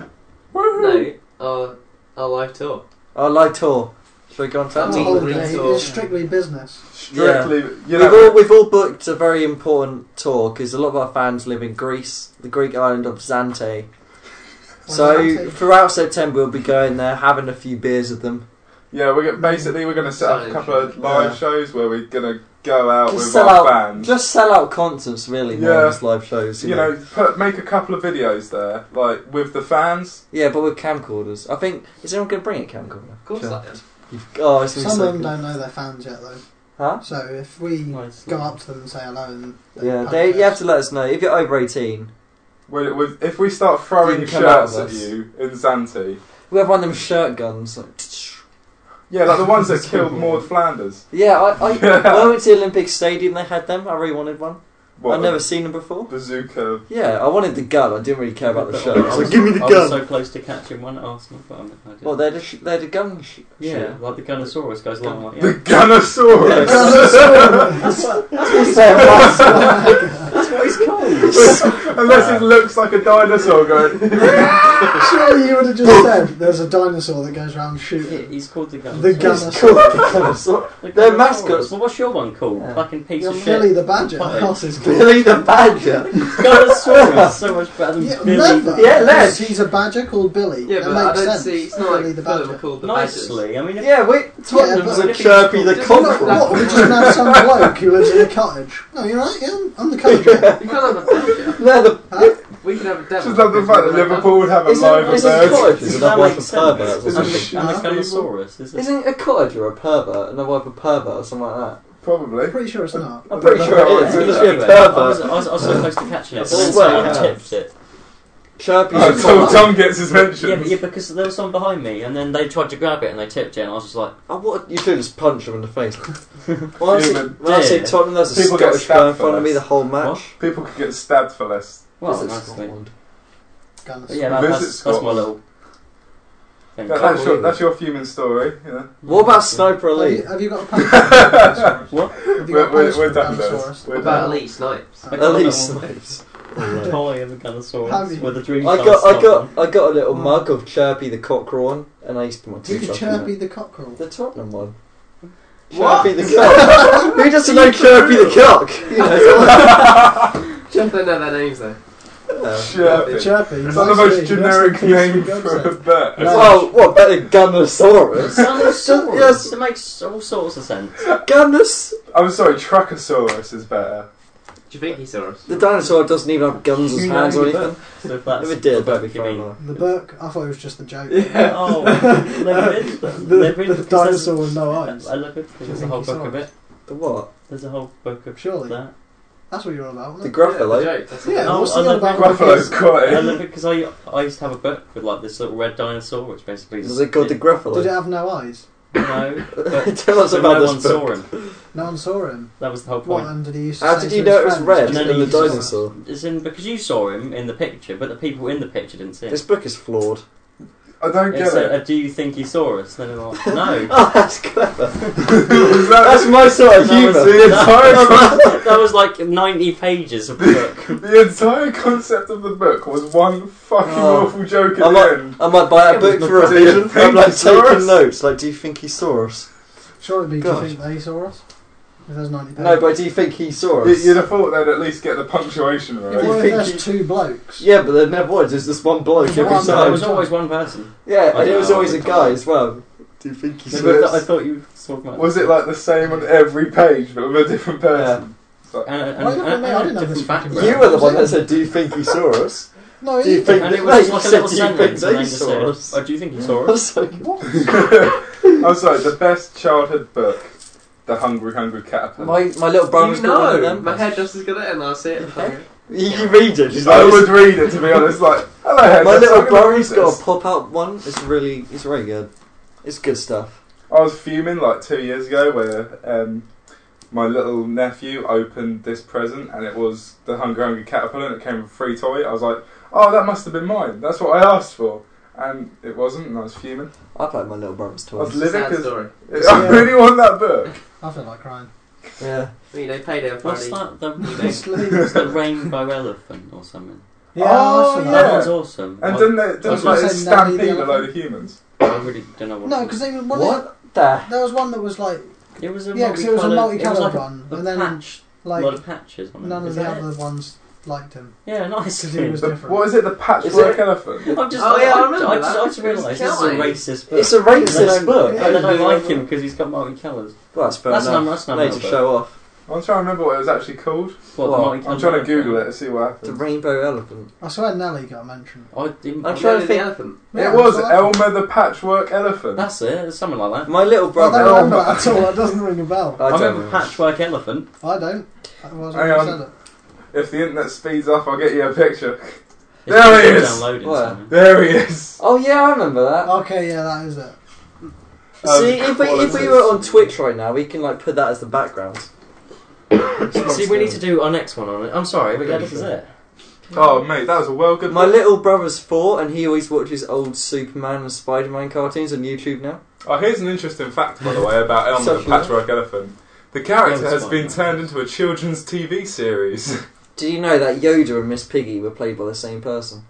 No, our, our live tour. Oh, live tour. Should we go on to that? That's It's a all one? we holiday. saw. It's strictly business. Strictly, you We've know. all, we've all booked a very important tour because a lot of our fans live in Greece, the Greek island of Zante. So Zante. throughout September, we'll be going there, having a few beers with them. Yeah, we're gonna, basically we're gonna set up a couple of live Yeah. shows where we're gonna go out Just with sell our out- bands. Just sell out concerts, really, more Yeah. than just live shows. You, you know, put, make a couple of videos there, like with the fans. Yeah, but with camcorders. I think is anyone going to bring a camcorder? Of course Sure. that is. You've- Oh, it's gonna Some be so of them good. don't know their fans yet, though. Huh? So if we Nice. go up to them and say hello, and Yeah, they, you have to let us know if you're over eighteen. With, with, if we start You throwing can come out shirts with at us. you in Zante, We have one of them shirt guns. Like, Yeah, like the ones that killed Maud Flanders. Yeah, I, [LAUGHS] I when I went to the Olympic Stadium, they had them. I really wanted one. What, I'd never seen them before. Bazooka. Yeah, I wanted the gun. I didn't really care about [LAUGHS] the But shirt. I It's was- like, give me the I gun. was so close to catching one at Arsenal, but I'm, I didn't. well, they're the sh- they're the gun. Sh- yeah, shit. like the Gunnosaurus goes along like The yeah. Gunnosaurus. [LAUGHS] [LAUGHS] That's what it's [LAUGHS] called. Unless it looks like a dinosaur [LAUGHS] going. Surely you would have just said there's a dinosaur that goes around He- [LAUGHS] shooting. He's called the Gunnosaurus. The It's called Gunnosaur. the dinosaur. The They're Gunnosaurus. mascots. oh, Well, what's your one called? Yeah. Fucking piece You're of Billy shit. the Badger. Fuck. That's his called. Billy the Badger. [LAUGHS] [LAUGHS] Gunnosaurus. so much better than Yeah, Billy. never. Yeah, let's. He's a badger called Billy. Yeah, that but makes I don't sense. see. It's not Billy like the Fulham are Badger. called the Badges. Nicely. I mean, if Yeah, wait. Tottenham's but- a Chirpy You're the not- Cockroach. [LAUGHS] What? We just [LAUGHS] now some bloke who lives in a cottage. No, you're right. Yeah, I'm- I'm the cottage. Uh, man. You can't have a Badger. They're the We could have a devil. Just love the fact that Liverpool would have a Isn't- live isn't bird. Cottage Does [LAUGHS] is that a wife make of sense? perverts or Isn't And it- something? the, and the Shut Gunnosaurus is it? Isn't a cottager a pervert and a wife a pervert or something like Probably. [LAUGHS] I'm pretty sure it's not. I'm pretty sure it is. It must be a Anyway, I pervert. was, I, was, I was so close to catching it, but then Swear. someone tipped it. that? Chirpy's Oh, a Tom, cockroach. Tom gets his Yeah, but, mention. yeah, because there was someone behind me, and then they tried to grab it and they tipped it, and I was just like, Oh, what you do is punch him in the [LAUGHS] face. when I see, Human when I see dick. Tottenham, there's a People get Scottish stabbed guy in for front of me this. the whole match. People could get stabbed for less. well, Is it nicely. Scotland? But Gunnosaur. yeah, that, Visit that's, that's my Scotland. little. thing. That- that's, your, that's your fuming story. You know. What about Sniper Have you, Elite? have you got a [LAUGHS] punishment? What? Have you We're, got a we're, we're punishment done with dinosaurs? Uh, this. We're What about done. Elite Snipes? I got a Elite little Snipes. [LAUGHS] Toy of a Gunnosaurus Have with a dream. I got, I got, I got a little mug of Chirpy the Cockerel on, and I used to put my Did you teeth up. in chirpy it. the cockerel? The Tottenham one. What? Chirpy the [LAUGHS] cock. Who doesn't know Chirpy the cock? You know, [LAUGHS] Just don't know their names though. The Chirpy. chirpy. It's not the most generic name for a bird. No. well, what better Gunnosaurus? Gunnosaurus. Yes. It makes all sorts of sense. Gunnus. I'm sorry, Truckosaurus is better. Do you think he saw us? The dinosaur doesn't even have guns or You know hands or you anything. So if If that's it did, what that'd be you mean. fun. The book. I thought it was just a [LAUGHS] joke. Oh, Leviathan. The, the dinosaur with no I eyes. love it. There's a whole book of it. The what? There's a whole book of Surely. that. That's what you're on about, The wasn't Gruffalo. Yeah, the joke, that's it? the Yeah, joke. Oh, what's I the love other about Gruffalo's Gruffalo? I quite. love it because I, I used to have a book with like this little red dinosaur, which basically Is it called the Gruffalo? Did it have no eyes? [LAUGHS] No, but Tell us so about no this one book. saw him. No one saw him. That was the whole What? point. And did he used to How say did to you his know it was friends, red And and then the he saw it. dinosaur? It's in because you saw him in the picture, but the people in the picture didn't see him. This book is flawed. I don't It get said, it. [LAUGHS] uh, "Do you think he saw us?" Then they're like, [LAUGHS] "No." [LAUGHS] Oh, that's clever. Is that- That's my sort of That was- humour. the entire, that was [LAUGHS] like ninety pages of the book. the entire concept of the book was one fucking Oh. awful joke at I'm the not- end. I might buy a book Do for you revision. think I'm like he saw taking us? notes. Like, do you think he saw us? Surely do you God. think they saw us? If there's 90 No, but do you think he saw You- us? You'd have thought they'd at least get the punctuation Yeah, right. You what if think there's you- two blokes? Yeah, but there never was. There's this one bloke No, every I'm- So I it time. was always one person. Yeah, and it was No. always a guy as well. Do you think he So So saw us? it's- I thought you were talking about. Was it like the same on every page but with a different person? And, and, Why not and- me? and I didn't have a different this fucking background. You were the one that said, "Do you think he saw us?" No, Do you he- think And [LAUGHS] it No, was you like a said, little "Do you think sentence, they and then just saw said, us?" "Oh, do you think he saw I'm us?" so [LAUGHS] I'm sorry, the best childhood book, The Hungry Hungry Caterpillar. My my little brother's you got one of know, them. my head just is gonna and I'll see it. You you read it. He's I like, would read it to be honest, like, hello, Head, [LAUGHS] my that's little not gonna brother's read got this. a pop out one. It's really it's really good. It's good stuff. I was fuming like two years ago where um, my little nephew opened this present and it was the Hungry Hungry Caterpillar and it came with a free toy. I was like, oh, that must have been mine. That's what I asked for. And it wasn't, and I was fuming. I'd like my little brother's I was toys. It's a living sad because story. I really want that [LAUGHS] book. [LAUGHS] I feel like crying. Yeah. I mean, they paid it What's Friday. [LAUGHS] that? The, Honestly. it's the rainbow elephant or something. Yeah, Oh, I feel yeah. That like- one's awesome. And I, didn't they, didn't was like, gonna they say Nanny the stampede a load elephant. of humans? I really don't know what. No, it because was. they were one of What the? the- There was one that was like, it was a yeah, because it was a multicolour- it was multicoloured like a- one, a and then patch, a lot like of patches on it. none of Is the that other it? ones liked him. Yeah, nice. 'Cause [LAUGHS] it was The- different. what is it, the patchwork it- elephant? I'm just, Oh, yeah, I I, remember I just, that. I just realised this is a Can't I? racist book. It's a They don't- racist book. I Yeah. don't know, like him because he's got multicolours. Well, that's fair That's enough. not- that's not Made real to book. show off. I'm trying to remember what it was actually called. What, Well, the multicolours I'm trying to Google it and see what The happens. rainbow [LAUGHS] elephant. I swear Nelly got mentioned. I didn't. I'm You know trying to the think- elephant. Yeah, It was I like Elmer the Patchwork Elephant. That's it. It's something like that. My little Well, brother. I don't remember Elmer. that at all. That doesn't ring a bell. I, I don't remember remember. Patchwork Elephant. I don't. I wasn't Hang I on. said it. If the internet speeds up, I'll get you a picture. It's There he been is. Downloaded Where? somewhere. There he is. Oh yeah, I remember that. Okay, yeah, that is it. See, if we, if we were on Twitch right now, we can like put that as the background. [COUGHS] See, we need to do our next one on it. I'm sorry, but yeah, this is it. Oh, mate, that was a well good. My one. little brother's four, and he always watches old Superman and Spider-Man cartoons on YouTube now. Oh, here's an interesting fact, by the way, about Elmer the Such a- Patchwork Elephant. The character Yeah, it's has been fine. turned into a children's TV series. [LAUGHS] Did you know that Yoda and Miss Piggy were played by the same person?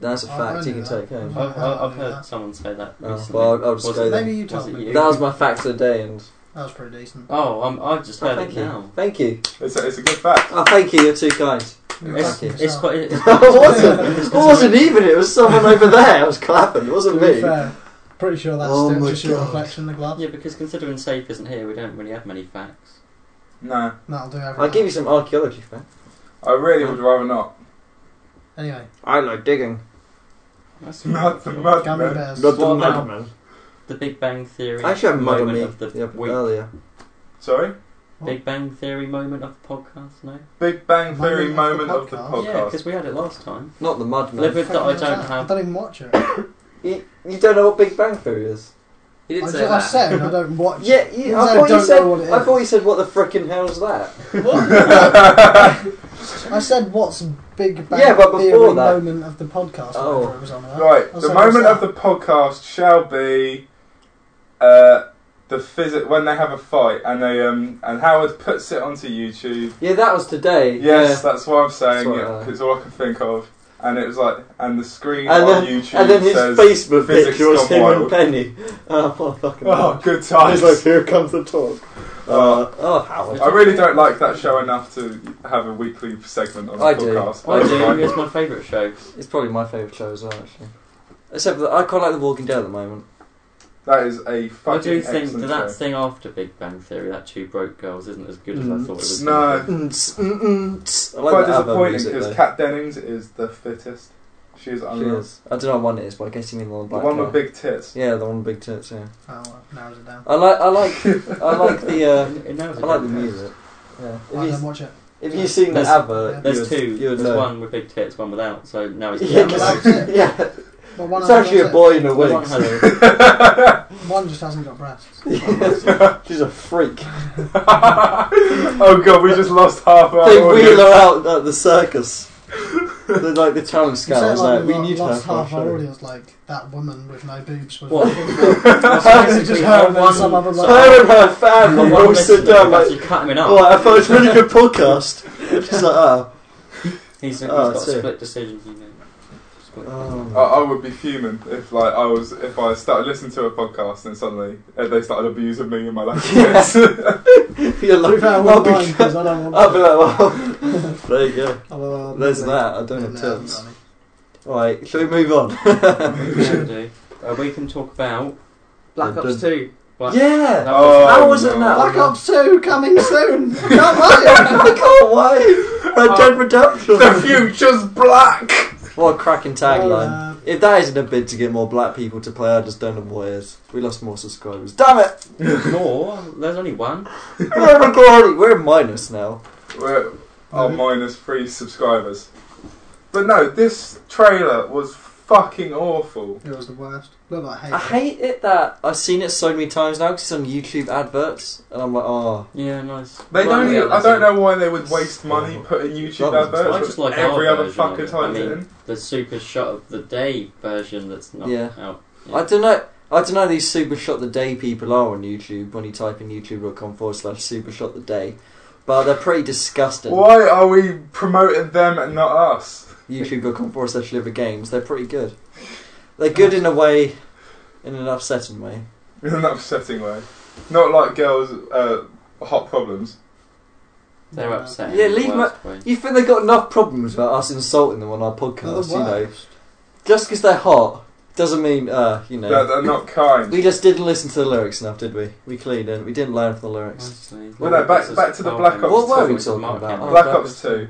That's a Oh, I fact you knew can that. take home. I, I, I've heard Yeah. someone say that. Oh, recently. well, I'll- I'll just Was go it- there. Maybe you was tell it me. you? That was my fact of the day, and That was pretty decent. Oh, um, I've just oh, heard thank it you, now. thank you. it's, a, it's a good fact. Oh, thank you. You're too kind. It's, Thank [LAUGHS] it's quite. It's, it wasn't. It wasn't even. It was someone over there. I was clapping. It To wasn't be me. fair, pretty sure that's Oh still my just your God. reflection in the glass. yeah, because considering Safe isn't here, we don't really have many facts. No, That'll do everything. I'll give you some archaeology fact. I really would rather not. Anyway, I like digging. [LAUGHS] That's Not the mud, Gummy man. Bears. Not the Well, mud no. The Big Bang Theory. I actually had mud on moment me of the yeah, week. earlier. Sorry? Big Bang Theory moment of the podcast. No. Big Bang Theory Moment moment of of the the podcast. Yeah, podcast. because we had it last time. Not the mud man. Live with Fucking that I knows don't that? I have. don't even watch it. You, you don't know what Big Bang Theory is. He I did say ju- I that. said I don't watch. Yeah, you, I I, thought you don't said. know what it I is. thought you said, "What the frickin' hell's that?" [LAUGHS] I said what's Big Bang Yeah, but Theory before that- moment of the podcast. Oh. whatever it was on about. right, I the said moment what's of the podcast shall be uh, the physic when they have a fight and they um and Howard puts it onto YouTube. Yeah, that was today. Yes, that's what I'm saying. Sorry, yeah, uh, It's all I could think of. And it was like, and the screen And on then- YouTube And then his says, Facebook physics picture was gone him and wild. Penny. Oh, what a fucking. "Oh, good man. times." He's like, here comes the talk. Oh. Uh, oh, Howard. I really don't like that show enough to have a weekly segment on the I do. podcast. I I That's do. fine. It's my favourite show. It's probably my favourite show as well, actually. Except that I quite like The Walking Dead at the moment. That is a I fucking do think excellent that, that show. thing after Big Bang Theory, that Two Broke Girls, isn't as good as I Mm. thought it was. No. Mm, tss, mm, mm, tss. I like Quite the ABBA disappointing music, because though. Kat Dennings is the fittest. She is She unreal. is. I don't know what one it is, but I guess you mean the one The black one with guy. big tits. Yeah, the one with big tits. Yeah. Oh, well, narrows it down. I like. I like. [LAUGHS] I like the. Uh, [LAUGHS] It, it knows I it like the does. music. Yeah. I If don't you watch it. if you seen the There's- advert, There's you would- two. You uh, would There's know. one with big tits, one without. So now [LAUGHS] it's Yeah, Yeah, Yes. but that's it. yeah. But one It's of them actually a does boy in a One wig. [LAUGHS] has- it. One just hasn't got breasts. [LAUGHS] [LAUGHS] She's a freak. oh god, we just lost half our They audience. wheel [LAUGHS] her out at the circus. They're like the talent You said scouts. Like, we lo- need her lost for our half our show. audience, like that woman with no boobs. Was What? [LAUGHS] [LAUGHS] Basically, Just her her and one- some other so- lady. Her and her One family all sit listener, down because like, you cut him in half. oh, I found it's a really good podcast. [LAUGHS] She's like, ah. He's, he's Oh, got sick. split decisions, you know. Split Oh. I, I would be fuming if like I was if I started listening to a podcast and suddenly uh, they started abusing me in my lack of [LAUGHS] tits. [LAUGHS] You're To be like, fair, I I'll wouldn't be, mind because I don't I'll want. be to. like, well, [LAUGHS] [LAUGHS] there you go. Although, um, There's no, that, I don't no, have no, no, tits. no. Alright, shall we move on? [LAUGHS] Yeah, we do. Uh, we can talk about Black Dun, Ops dun. 2. Black yeah! Oh, How was it no. now? Black Ops 2 coming soon! can't wait! [LAUGHS] I can't wait! [LAUGHS] Red Dead Redemption! the future's black. What a cracking tagline. Uh, If that isn't a bid to get more black people to play, I just don't know what is. We lost more subscribers. Damn it! [LAUGHS] More? [LAUGHS] There's only one. We're recording. We're in minus now. We're oh, No. minus three subscribers. But no, this trailer was fucking awful. it was the worst. Look like hate. I hate it that I've seen it so many times now because it's on YouTube adverts, and I'm like, oh. Yeah, nice. They Well, don't. yeah, even- I that's don't it. know why they would waste money Oh. putting YouTube Well, I adverts. just when like our every other version of fucker it. types I it mean- in. The super shot of the day version that's not Yeah. out. I don't know. I don't know these super shot the day people are on YouTube when you type in youtube.com forward slash super shot the day, but they're pretty disgusting. Why are we promoting them and not us? [LAUGHS] YouTube.com forward slash liver games, they're pretty good. They're good in a way, in an upsetting way. In an upsetting way. Not like girls' uh, hot problems. They're upset. Yeah, in the leave worst way. You think they got enough problems about us insulting them on our They're the podcast? worst. You know, just because they're hot doesn't mean uh, you know. That they're not kind. We just didn't listen to the lyrics enough, did we? We clearly didn't. We didn't learn from the lyrics. Honestly. Well, no, back- back to the Black Ops What were we Mark talking about? Hamill. Black Black Ops 2.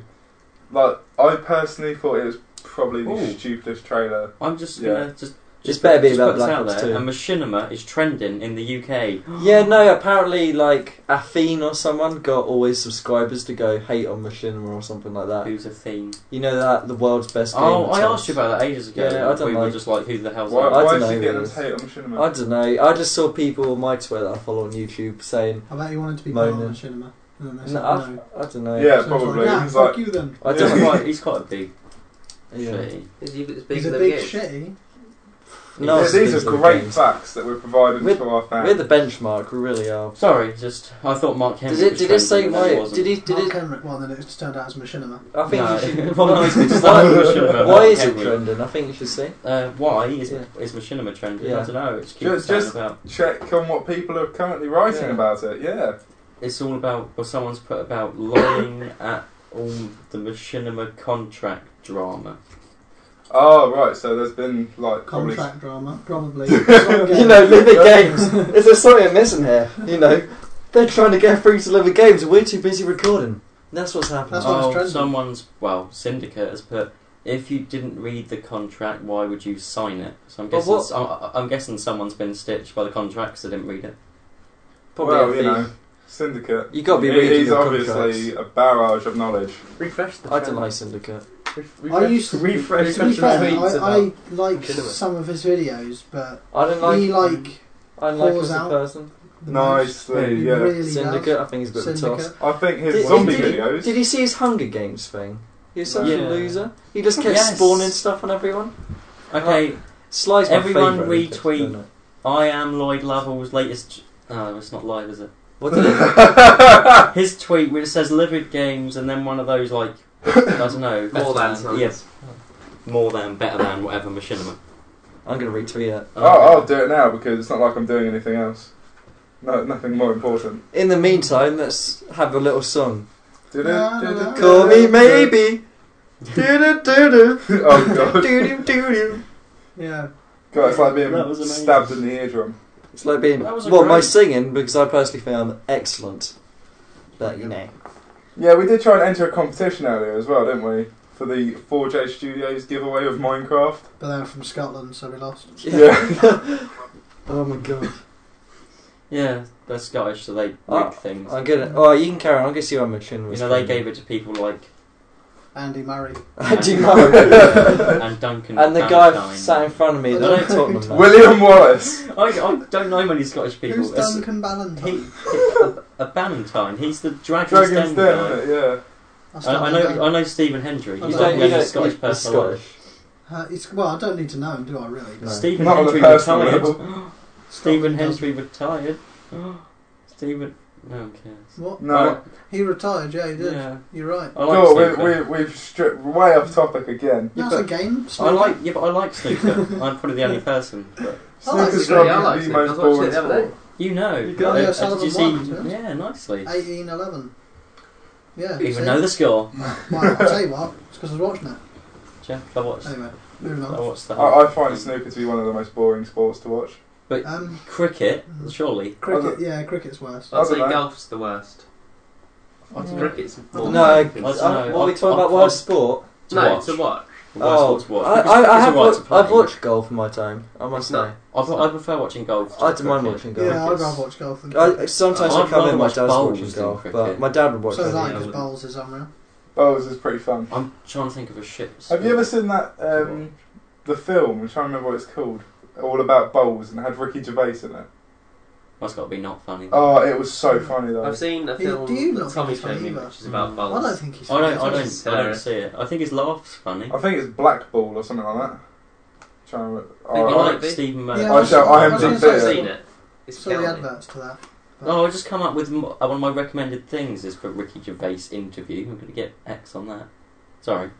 Like, I personally thought it was probably the Ooh. stupidest trailer. I'm just Yeah. gonna just This better be just about put Black this out Ops there, 2. And machinima is trending in the UK. Yeah, no, apparently, like, Athene or someone got all his subscribers to go hate on Machinima or something like that. Who's a theme? You know that, the world's best Uh, game. Oh, I itself. asked you about that ages ago. Yeah, I don't we know. were just like, who the hell's Why, I that? why don't is he know getting who it is. hate on Machinima? I don't know. I just saw people on my Twitter that I follow on YouTube saying, I bet he wanted to be part of Moaning. the cinema. And then they said no, no. I, I don't know. Yeah, So it's like, probably. nah, He's fuck like, you then. I He's don't. quite, he's quite a big [LAUGHS] Yeah. shitty. Is he as big He's as a them big games? shitty. No, Yeah, it's these are digital great games. facts that we're providing With- to our fans. We're the benchmark. We really are. Sorry, just I thought Mark Henry. Does it? was Did it say trending, but he why? wasn't. Did it? Did Mark it? Henrik one, and it's turned out as machinima. I think No. you [LAUGHS] should. Well, no, it's been started with why, Machinima, why Mark is it Henry. trending? I think you should see. Uh, why is Yeah. is machinima trending? Yeah. I don't know. It's keeps Just- saying just- about. Check on what people are currently writing Yeah. about it. Yeah. It's all about well, someone's put about lying [COUGHS] at all the machinima contract drama. Oh right, so there's been like probably Contract drama, [LAUGHS] probably. you know, Livid Games. [LAUGHS] Is there something missing here? You know, they're trying to get through to Livid Games, and we're too busy recording. That's what's happening. That's what it's oh, trending. someone's well, syndicate has put. If you didn't read the contract, why would you sign it? So I'm But guessing, what- s- I'm, I'm guessing someone's been stitched by the contract because they didn't read it. Probably well, a you thief. know, syndicate. You gotta be He- reading He's your obviously a barrage of knowledge. Refresh the I don't like Syndicate. I used to refresh To be the fair, tweets I, I about. like machinima. some of his videos, but I don't like. he like I don't like him Paws as a out. person. the Nice, most. He yeah. really does. Syndicate, I think he's a bit of a toss. Syndicate. I think his Did- zombie did he- videos. Did you see his Hunger Games thing? He was such Yeah. a loser. He just kept Yes. spawning stuff on everyone. Okay, Slice my Everyone favourite Olympics, retweet. isn't it? I am Lloyd Lovell's latest. No, it's not live, is it? What did it? [LAUGHS] His tweet which says Livid Games and then one of those like I don't know [COUGHS] More than signs. yes, more than better than whatever machinima. Um, I'm gonna retweet it. oh, I'll do it now because it's not like I'm doing anything else. No, nothing more important. In the meantime, let's have a little song. Uh, No, no, no. Call me [LAUGHS] maybe. Do do do oh god, do do do. Yeah. god, it's like being That was amazing. stabbed in the eardrum. It's like being That was a well, my great- singing because I personally found excellent. But you know, Yeah, we did try and enter a competition earlier as well, didn't we? For the 4J Studios giveaway of Minecraft. But they're from Scotland, so we lost. [LAUGHS] oh my god, Yeah, they're Scottish, so they make Ah, things. I'm gonna. Oh, you can carry on. I guess you are my chin. you know, they [LAUGHS] gave it to people like Andy Murray. I do and, [LAUGHS] know. Duncan and the guy sat in front of me. I They're don't Tottenham. [LAUGHS] man. William Wallace. I, I don't know many Scottish people. Who's It's- Duncan he, Ballantyne? a, a Ballantine. He's the Dragon's, Dragon's Den, Den guy. isn't it? Yeah. That's I, I not know. Duncan. I know Stephen Hendry. He's You You the don't- don't. you You don't- youngest don't. Scottish You're person. alive. Scottish. Uh, it's, well, I don't need to know him, do I really? No. Stephen Not on a Hendry personal retired. level. Stephen Scotland Hendry retired. Stephen. No one cares. What? No. He retired, yeah, he did. Uh, Yeah. Uh, You're right. I like God, snooker. we, we, we've stripped way off topic again. Yeah, That's a but- game. I Snooker. like. Yeah, but I like snooker. I'm probably the only person. But I like Snooker's snooker, probably yeah, Oh, I like the snooker. I most was watching it boring the other sport. you know. You got uh, it. uh, Sullivan did you won, see? didn't you? Yeah, nicely. 18, 11. Yeah. Even know the score. Well, I'll tell you what, it's because I was watching it. Jeff, I watched. Anyway, moving I on. watched that. I, I find snooker to be one of the most boring sports to watch. Um, Cricket, surely. cricket, yeah, cricket's worse. I I'd don't say know. golf's the worst. I don't know. Cricket's more. No, I, I, I don't know. what are we I've- talking about? I've- World sport. To no, watch. to watch. Oh, Worst sport to I, watch. I, I It's have a right to watched, play. I've watched golf in my time. I must It's not- say, I, pre- I prefer watching golf. to I don't mind cricket. watching golf. Yeah, I'd cricket's- rather watch golf than I, cricket. sometimes I I'd come rather in, my watch dad's bowls watching than golf, but cricket. my dad would watch So it. is I, yeah, I because wouldn't. bowls is unreal. Bowls is pretty fun. I'm trying to think of a shit. Have you sport. ever seen that um, the film? I'm trying to remember what it's called. All about bowls and had Ricky Gervais in it. That's got to be not funny. Oh, it was so funny though. Mm. I've seen a Do you- film do you that not Tommy think showed me, either? which is about Mm. I don't bowls. think he's. I don't. I It's don't. I don't hilarious. see it. I think his laugh's funny. I think it's Blackball or something like that. Trying to remember. I Oh, think like it might be. Stephen Merchant. Yeah, I shall- Oh, I am was gonna Jim say, I've Beard. seen it. It's Saw the county. adverts to that. Oh, I just come up with m- uh, one of my recommended things is for Ricky Gervais interview. I'm going to get X on that. Sorry.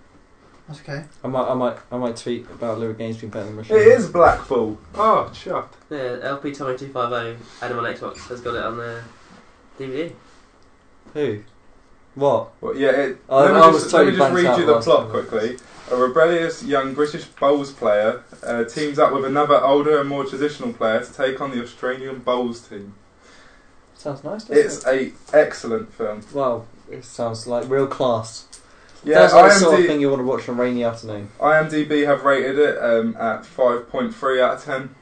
That's okay. I might, I might, I might tweet about Lyric Games being better than it is Blackball. Oh, shut. Yeah, LP Tommy two five zero Adam on Xbox has got it on their DVD. Who? What? Well, yeah, it, I- let me I just, was let me totally just blanked read out you the last plot time. quickly. A rebellious young British bowls player uh, teams up with another older and more traditional player to take on the Australian bowls team. Sounds nice, doesn't It's a excellent film. it? Well, it sounds like real class. Yeah, That's the sort of IMD thing you want to watch on a rainy afternoon. IMDb have rated it um, at 5.3 out of 10.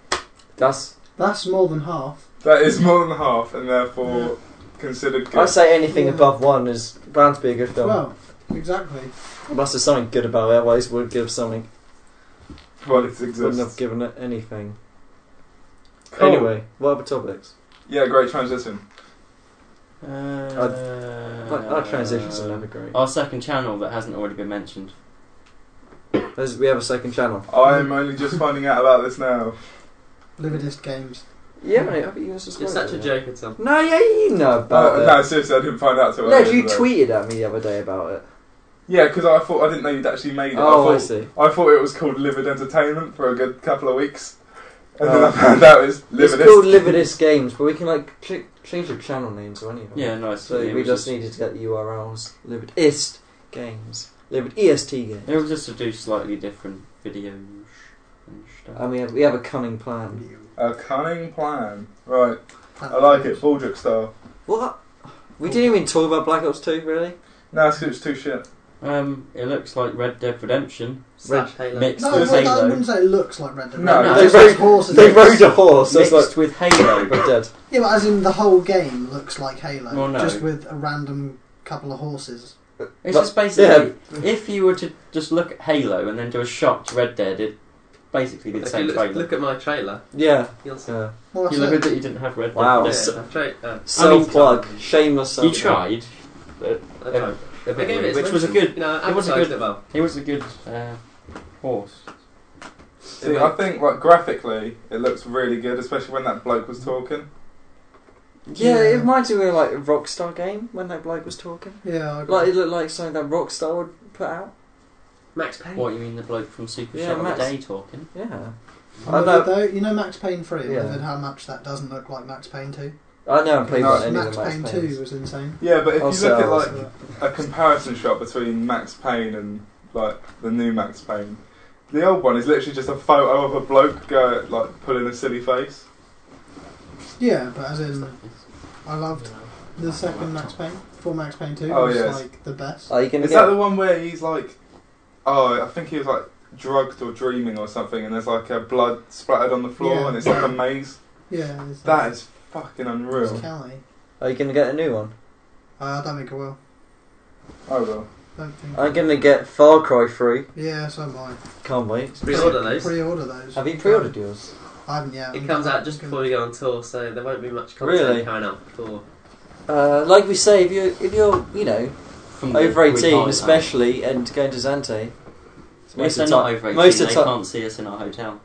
That's That's more than half. That is more than half, and therefore considered I good. say anything Yeah. above one is bound to be a good film. Well, exactly. Must have something good about it. Otherwise, would give something. Well, it Wouldn't have exists. given it anything. Cool. Anyway, what other topics? Yeah, great transition. Uh, Like, our transitions are never great. Our second channel that hasn't already been mentioned. There's, we have a second channel. I'm only just finding out about this now. Lividist games. Yeah, mate. I think you subscribed. It's such a to it. joke, it's a... No, yeah, you know about Uh, it. no, seriously, I didn't find out till No, earlier you today. tweeted at me the other day about it. Yeah, because I thought I didn't know you'd actually made it. Oh, I I, thought, see. I thought it was called Livid Entertainment for a good couple of weeks, and then Oh. I found out it's Lividist. It's called Lividist Games, but we can like ch- change the channel names or anything. Yeah, nice. So it we was just needed to get the URLs. Lividist Games. Livid EST Games. It was just to do slightly different videos and stuff. And we have we have a cunning plan. a cunning plan, right? I like it, Baldrick style. What? We didn't even talk about Black Ops Two, really. No, it's, it's too shit. Um, it looks like Red Dead Redemption. Slash Halo. Mix. No, It's the well, same I though. wouldn't say it looks like Red Dead. No, Redemption. no. It's They just rode- horses. They rode a horse. That's like mixed with Halo. we're dead. Yeah, but as in the whole game looks like Halo, Well, no. just with a random couple of horses. It's just basically if you were to just look at Halo and then do a shot to Red Dead, it'd basically be the If same you trailer. look, look at my trailer, Yeah. you'll see. yeah. Well, that's you look it. at that you didn't have Red Dead. Wow. Yeah, Redemption. so- I've tried- uh, Self plug. Shameless. self-plug. you tried. I tried. They a bit, gave it its which was a mention. good. You know, it was a good- advertised it well. It was a good uh, horse. See, I think like graphically, it looks really good, especially when that bloke was talking. Yeah, Yeah. it reminds me of like a Rockstar game when that bloke was talking. Yeah, I agree. Like it looked like something that Rockstar would put out. Max Payne. What you mean the bloke from Super Yeah, Shot of the Max. Day talking? Yeah. Although- I know. though, you know Max Payne 3, Yeah. yeah. and how much that doesn't look like Max Payne 2? I never played No, no, any Max of the Max Payne Paynes. 2 was insane. Yeah, but if I'll you look at sell like us. a comparison shot between Max Payne and like the new Max Payne, the old one is literally just a photo of a bloke go like pulling a silly face. Yeah, but as in, I loved the second Max Payne, before Max Payne 2, Oh, was yes. like the best. Are you gonna Is get? that the one where he's like, oh, I think he was like drugged or dreaming or something, and there's like a blood splattered on the floor, Yeah. and it's like a maze. Yeah, it's, That is fucking it's unreal. Kelly. Are you gonna get a new one? Uh, I don't think I will. Oh well. Don't think. I'm gonna get Far Cry 3. Yeah, so am I. Can't wait. Pre-order those. Pre-order those. Uh, Have you pre-ordered yours? I haven't yet. It comes out just before we go on tour, so there won't be much content Really? coming out before. Uh, like we say, if you if you're you know From the over Greek eighteen, island. especially, and going to Zante. If they're not over 18, most of they the time, can't see us in our hotel.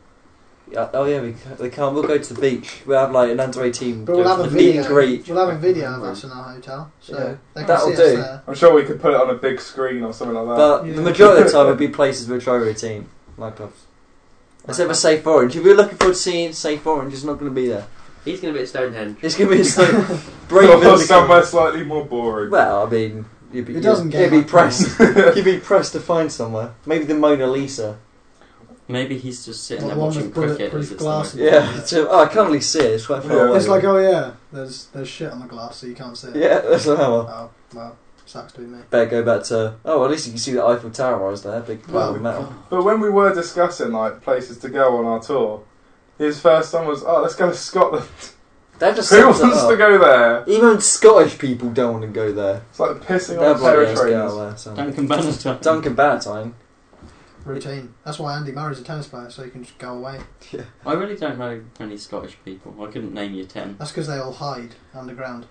Yeah, oh yeah, we, ca- we can't. We'll go to the beach. We'll have like an under eighteen. But we'll have the a meet video. and greet. We'll have a video of us in our hotel, so Yeah. they can That'll see do. us [LAUGHS] there. [LAUGHS] I'm sure we could put it on a big screen or something like that. But Yeah. the majority of the time, it'll [LAUGHS] be places which are routine, nightclubs. Except for Safe Orange. If you're looking forward to seeing Safe Orange, it's not going to be there. He's going to be at Stonehenge. [LAUGHS] It's going to be so brave. or somewhere slightly more boring. Well, I mean, you'd be, It doesn't you'd, get you'd be much [LAUGHS] pressed. you'd be pressed to find somewhere. Maybe the Mona Lisa. Maybe he's just sitting Well, there one with watching cricket as bulletproof it's like, glasses. [LAUGHS] Yeah. so- oh, I can't really see it. It's quite far Yeah. away. It's like, oh yeah, there's there's shit on the glass, so you can't see it. yeah, that's an hour. Oh well, sucks to be me. Better go back to. Oh, well, at least you can see the Eiffel Tower. while I was there, big pile Well, of metal. But when we were discussing like places to go on our tour, his first one was, "Oh, let's go to Scotland." That just Who sums wants it to up. go there? Even Scottish people don't want to go there. It's like pissing They're on like, yeah, let's territory. get out of there. So. [LAUGHS] Duncan Bannatyne. Duncan Bannatyne. Routine. That's why Andy Murray's a tennis player, so he can just go away. I really don't know many Scottish people. I couldn't name you ten. That's because they all hide underground.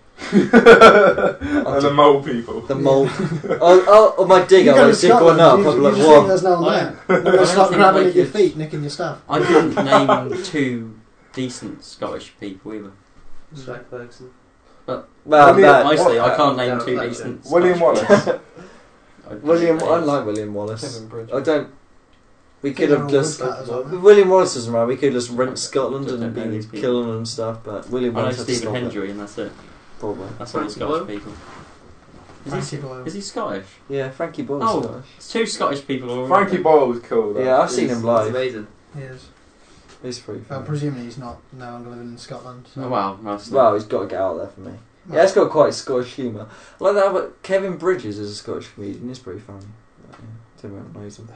[LAUGHS] and the mole people. [LAUGHS] The mole. oh, oh, oh, my dig. You I go to was dig Scotland, one up. You, I'm you like, just what? think there's no one [LAUGHS] I- there. They're I gonna don't start think grabbing like at your it's- feet, nicking your stuff. I couldn't name two decent Scottish people either. Strike Ferguson. Well, William- Uh, that, Honestly, I what- can't name uh, two uh, decent. William [LAUGHS] Scottish Wallace. people. I- William. I like William Wallace. Kevin Bridges. I don't. We Think could they're have all just. woodcutters, aren't they? William Wallace was around. We could just rent Scotland I and don't know be these people. killing them and stuff. But William I know Wallace had to Stephen stop it. Hendry, and that's it. Probably. That's all the Frankie Scottish Boyle? people. Is Frankie he, Boyle. is he Scottish? Yeah, Frankie Boyle. Oh. Scottish. It's two Scottish people already. Frankie Boyle was cool. Though. Yeah, I've seen him It's live. amazing. He is. He's pretty Well, funny. presumably he's not no longer living in Scotland. So. Oh, wow, nice. Well, he's got to get out there for me. Yeah, it's got quite Scottish humour. Like that, but Kevin Bridges is a Scottish comedian. It's pretty funny. but yeah, Tim Allen knows him.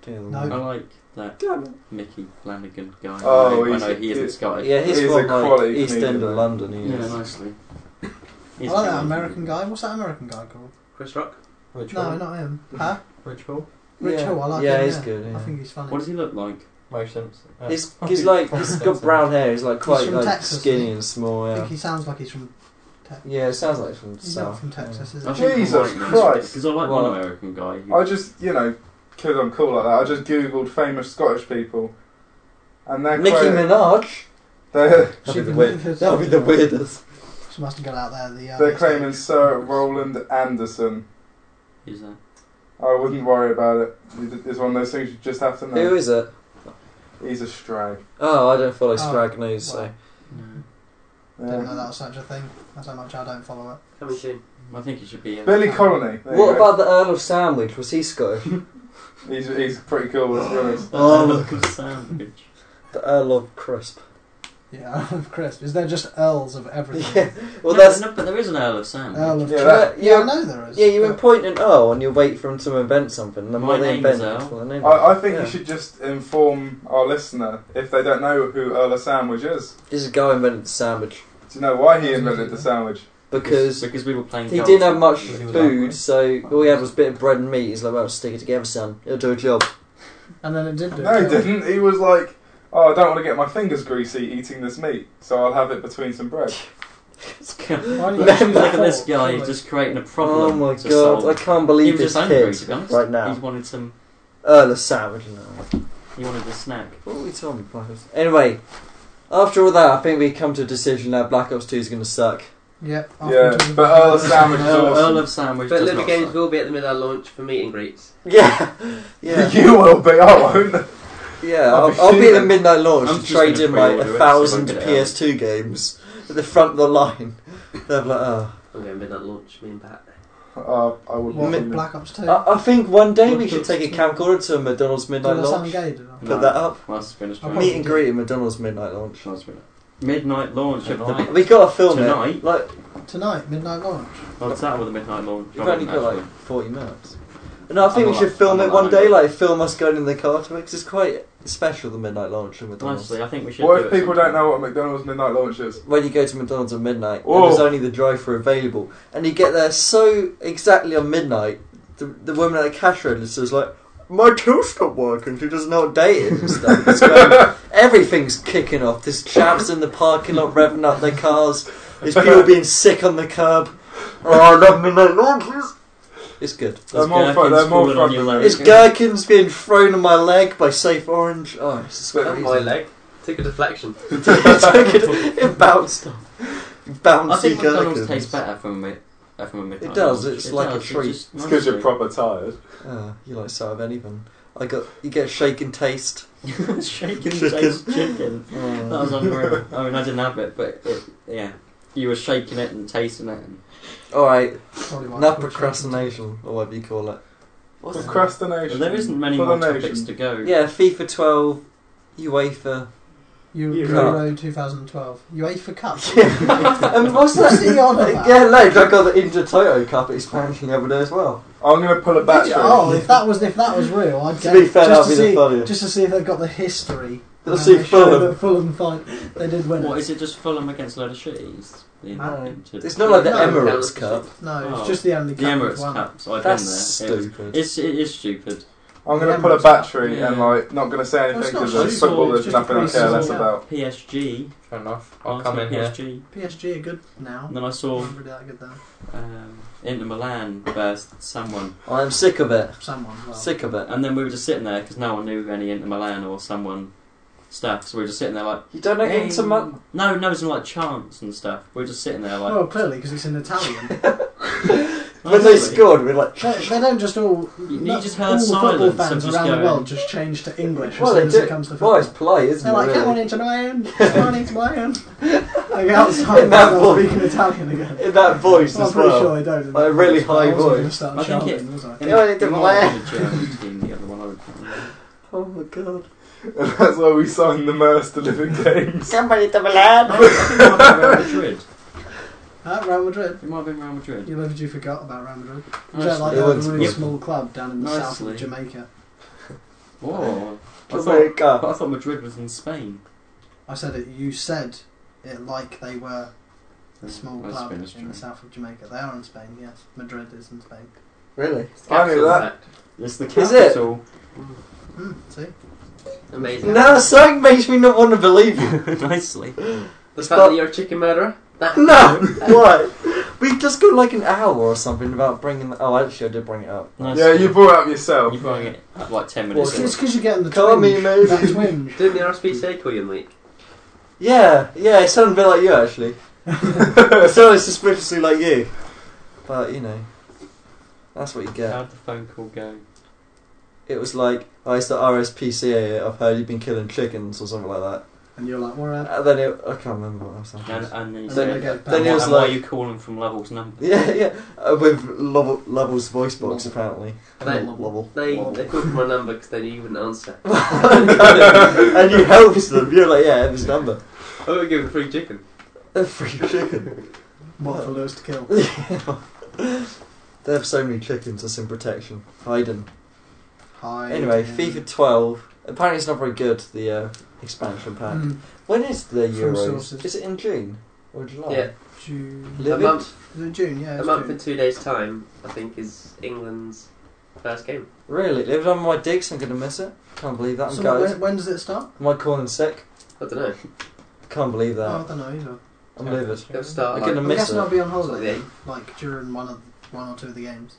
Tim Allen No. I knows him. like that Damn it. Mickey Flanagan guy. Oh, I know, I he's- know he isn't he's- Scottish. Yeah, he's, He's a from like, quality East End comedian, of though. London. He yeah, is. nicely. I like He's that brilliant. American guy. What's that American guy called? Chris Rock. Rich No, Hall. not him. Huh? Rich Hall. Rich yeah. Hill, I like yeah, him, he's yeah. good. Yeah. I think he's funny. What does he look like? Mo Simpson. Uh, He's, he's like Mo he's got Simpson. brown hair. He's like quite from like Texas, isn't skinny he? and small. I Yeah. think he sounds like he's from Texas. yeah, it sounds like he's from He's not South. from Texas, I is he? think Jesus I'm right in this Christ. Because I like Well, one American guy. who- I just, you know, because I'm cool like that, I just googled famous Scottish people. And Yeah. they're Mickey quite, Minaj. they're, [LAUGHS] That'd be She the weird. moved. That'd be the weirdest. She must have got out there. The, uh, they're claiming Sir Roland Anderson. Who's that? I wouldn't worry about it. It's one of those things you just have to know. Who is it? He's a stray. Oh, I don't follow Oh, Scrag News, well. so No. Didn't know that Yeah. was such a thing. That's how much I don't follow it. Coming soon. I think he should be in. Billy Colony. there you go. What about the Earl of Sandwich? Was he Scottish? He's, he's pretty cool, let's be honest. Oh, look at sandwich. the Earl [LAUGHS] of Crisp. Yeah, [LAUGHS] crisp. Is there just L's of everything? Yeah. Well, no, that's no, but there is an Earl of Sandwich. Earl of Yeah, Crisp. that- yeah, yeah. I know there is. yeah. You but- appoint an Earl and you wait for him to invent something. And then My what they name's invent, Earl. that's what their name is. I, I think yeah. you should just inform our listener if they don't know who Earl of Sandwich is. This guy invented the sandwich Do you know why he invented the sandwich? because because we were playing. he golf. didn't have much Because he was food, hungry. so all he had was a bit of bread and meat. He's like, well, stick it together, son. It'll do a job. And then it did do. No, he it. [LAUGHS] didn't. He was like, "Oh, I don't want to get my fingers greasy eating this meat, so I'll have it between some [LAUGHS] bread." [LAUGHS] Why did look you at choose this that? guy Surely. just creating a Oh problem. my to god, solve. I can't he believe was this just hungry, to kid be honest. right now. he wanted some. Earl of Sandwich. No. He wanted a snack. What were we talking about? Anyway, after all that, I think we come to a decision that Black Ops 2 is going to suck. Yep. Yeah, after- but Earl of Sandwich is Earl, awesome. Earl of Sandwich. But does Liberty not Games suck. will be at the midnight launch for meet and greets. Yeah, [LAUGHS] [LAUGHS] [LAUGHS] yeah, you will be. I won't. [LAUGHS] yeah. I'll I'll, be I'll be at the shooting. midnight launch I'm to just trade gonna in my pre-order it, a so thousand I can get it PS2 games at the front of the line. They're like, oh. I'm going midnight launch. Me and Pat. Uh, I would. What, not. Black Ops Uh, 2? I, I think one day we What should does- take a camcorder to a McDonald's midnight Did I sound launch. gay, did I? Put that up. Well, that's finished. I'll right? Meet and do. greet at McDonald's midnight launch. That's finished. Midnight launch of Tonight. the. We gotta film it. Tonight? Like Tonight, midnight launch. Well, it's that with the midnight launch. we've only got like forty minutes. No, I think I'm we should not- film I'm it not one allowed day. it. Like film us going in the car to it 'cause it's quite special the midnight launch at McDonald's. Honestly, I think we should. [LAUGHS] What do if it people don't sometime. know what McDonald's midnight launch is? when you go to McDonald's at midnight, Oh. and there's only the drive-thru available, and you get there so exactly on midnight, the, the woman at the cash register is like, "My tooth stopped working. She doesn't know what day it is and [LAUGHS] stuff." It's going- everything's kicking off. There's chaps in the parking lot revving up their cars. There's people being sick on the curb. [LAUGHS] Oh, I love midnight launches. It's good. They're There's more fun. gherkins They're more crawling fun on your than leg. It's gherkins being thrown on my leg by Safe Orange. Oh, it's But- crazy. My [LAUGHS] leg. Took a deflection. it, it bounced. Bouncy I think McDonald's gherkins. tastes better from a, uh, from a midnight. It does, launch. it's like a treat. just- It's because you're [LAUGHS] honestly. proper tired. Ah, you like sort of anything. I got you get shaken taste. shaking Chicken. [LAUGHS] taste chicken. That Uh, was unreal. [LAUGHS] I mean, I didn't have it, but it, yeah, you were shaking it and tasting it. And all right, Probably why enough it's called procrastination or whatever you call it. What's that? Procrastination. there isn't many for more the topics nation. to go. Yeah, FIFA 12, UEFA. [LAUGHS] Shaken. You Euro 2012. UEFA Cup. [LAUGHS] Yeah. and what's What's he that? [LAUGHS] on about? yeah, no, I got the Ninja Toto Cup expansion the other day as well. I'm going to pull a Did battery. you- Oh, if that was if that was real, I'd To get be it. fair, just that'd to be the see, funniest. just to see if they got the history. And Let's see they showed Fulham. that Fulham fight. They did win. What it. is it? Just Fulham against a load of shitties. The No. invented- It's not like the No, Emirates Cup. No, Oh. it's just the only The cup we've Emirates won. Cup. So I've That's been there. It was- stupid. It's it is stupid. I'm Yeah, going to pull a but it's- battery and yeah. like not going to say it's anything not because true. there's football. It's There's just a nothing I care preseason less game. about. [LAUGHS] PSG. Fair enough. I'll Arsenal, come in here. PSG. PSG are good now. And then I saw Not really that good though. um, Inter Milan versus someone, I'm sick of it. Someone. Well. Sick of it. and then we were just sitting there because no one knew any Inter Milan or someone stuff. So we were just sitting there like. You don't know Hey. into much. No, no, it's not like chants and stuff. We're just sitting there like. Well, clearly because it's in Italian. When they scored, we're like, They, [LAUGHS] they don't just all. You- you not- just all heard the football silence and fans just around the go- world just change to English Well, as they soon as it do. comes to football. well, it's polite, isn't They're like, it? really? come on, into [LAUGHS] Milan, come on, into Milan. Like outside, In that they're voice. speaking Italian again. in that voice Well, I'm as pretty well. sure they don't. Like a really high I wasn't voice. gonna start I think shouting, it- was I? Yeah, Inter It might Milan. have been [LAUGHS] a German team, the other one, I would- I don't know. Oh my god. And that's why we [LAUGHS] signed the Merce to Living Games. Somebody to Milan. I think it might have been Real Madrid. At Real Madrid. It might have been Real [LAUGHS] Madrid. You lived, you forgot about Real Madrid. Nice. They're like It a looks really beautiful. small club down in the south Nicely. of Jamaica. Whoa. I thought, Jamaica. I thought Madrid was in Spain. I said it. You said it like they were a small Mm, That's club been in a the strange- south of Jamaica. They are in Spain. Yes, Madrid is in Spain. Really? I knew that. It's the Is capital. Hmm, see, Amazing. Now something makes me not want to believe you. [LAUGHS] Nicely. The fact Stop. that you're a chicken murderer? That [LAUGHS] No, what? We just got like an hour or something about bringing. Oh, actually, I did bring it up. Nicely. Yeah, you brought it up yourself. You brought it up like 10 Well, minutes it's it's- ago. because you're getting the Call me, twinge. maybe. That [LAUGHS] twinge. Didn't the RSPCA call you in the week? Yeah, yeah, it sounded a bit like [LAUGHS] you actually. it sounded suspiciously like you. But you know, that's what you get. How'd the phone call go? It was like, oh, it's the RSPCA. I've heard you've been killing chickens or something like And you're like, that. what? And then it, I can't remember what else And, happened. and then you And said, then they get and Then he why- was and why are like- you calling from Lovell's [LAUGHS] number? Yeah, yeah, uh, with Lovell, Lovell's voice box apparently. [LAUGHS] They- Lovell. They, Lovell. they called my number because they knew you wouldn't answer. Oh, and you helped them. You're like, yeah, it was number. I would give a free chicken. A free chicken. [LAUGHS] What for Lewis to kill? They have so many chickens that's in protection. Hiding. Hi. Anyway, um, FIFA 12. Apparently, it's not very good, the uh, expansion pack. mm, When is the From Euros? sources. Is it in June or Oh, July? Yeah. June. A Livid? month, Is it June? Yeah. a It's month June. and two days' time, I think, is England's first game. Really? Live on my digs, I'm going to miss it. Can't believe that. I'm So gutted. when, when does it start? My corn and sick. I don't know. Can't believe that. Oh, I don't know either. I'm livid. It'll start I'm like, gonna I'm miss guessing it. I'll be on Sort holiday, of like during one of one or two of the games,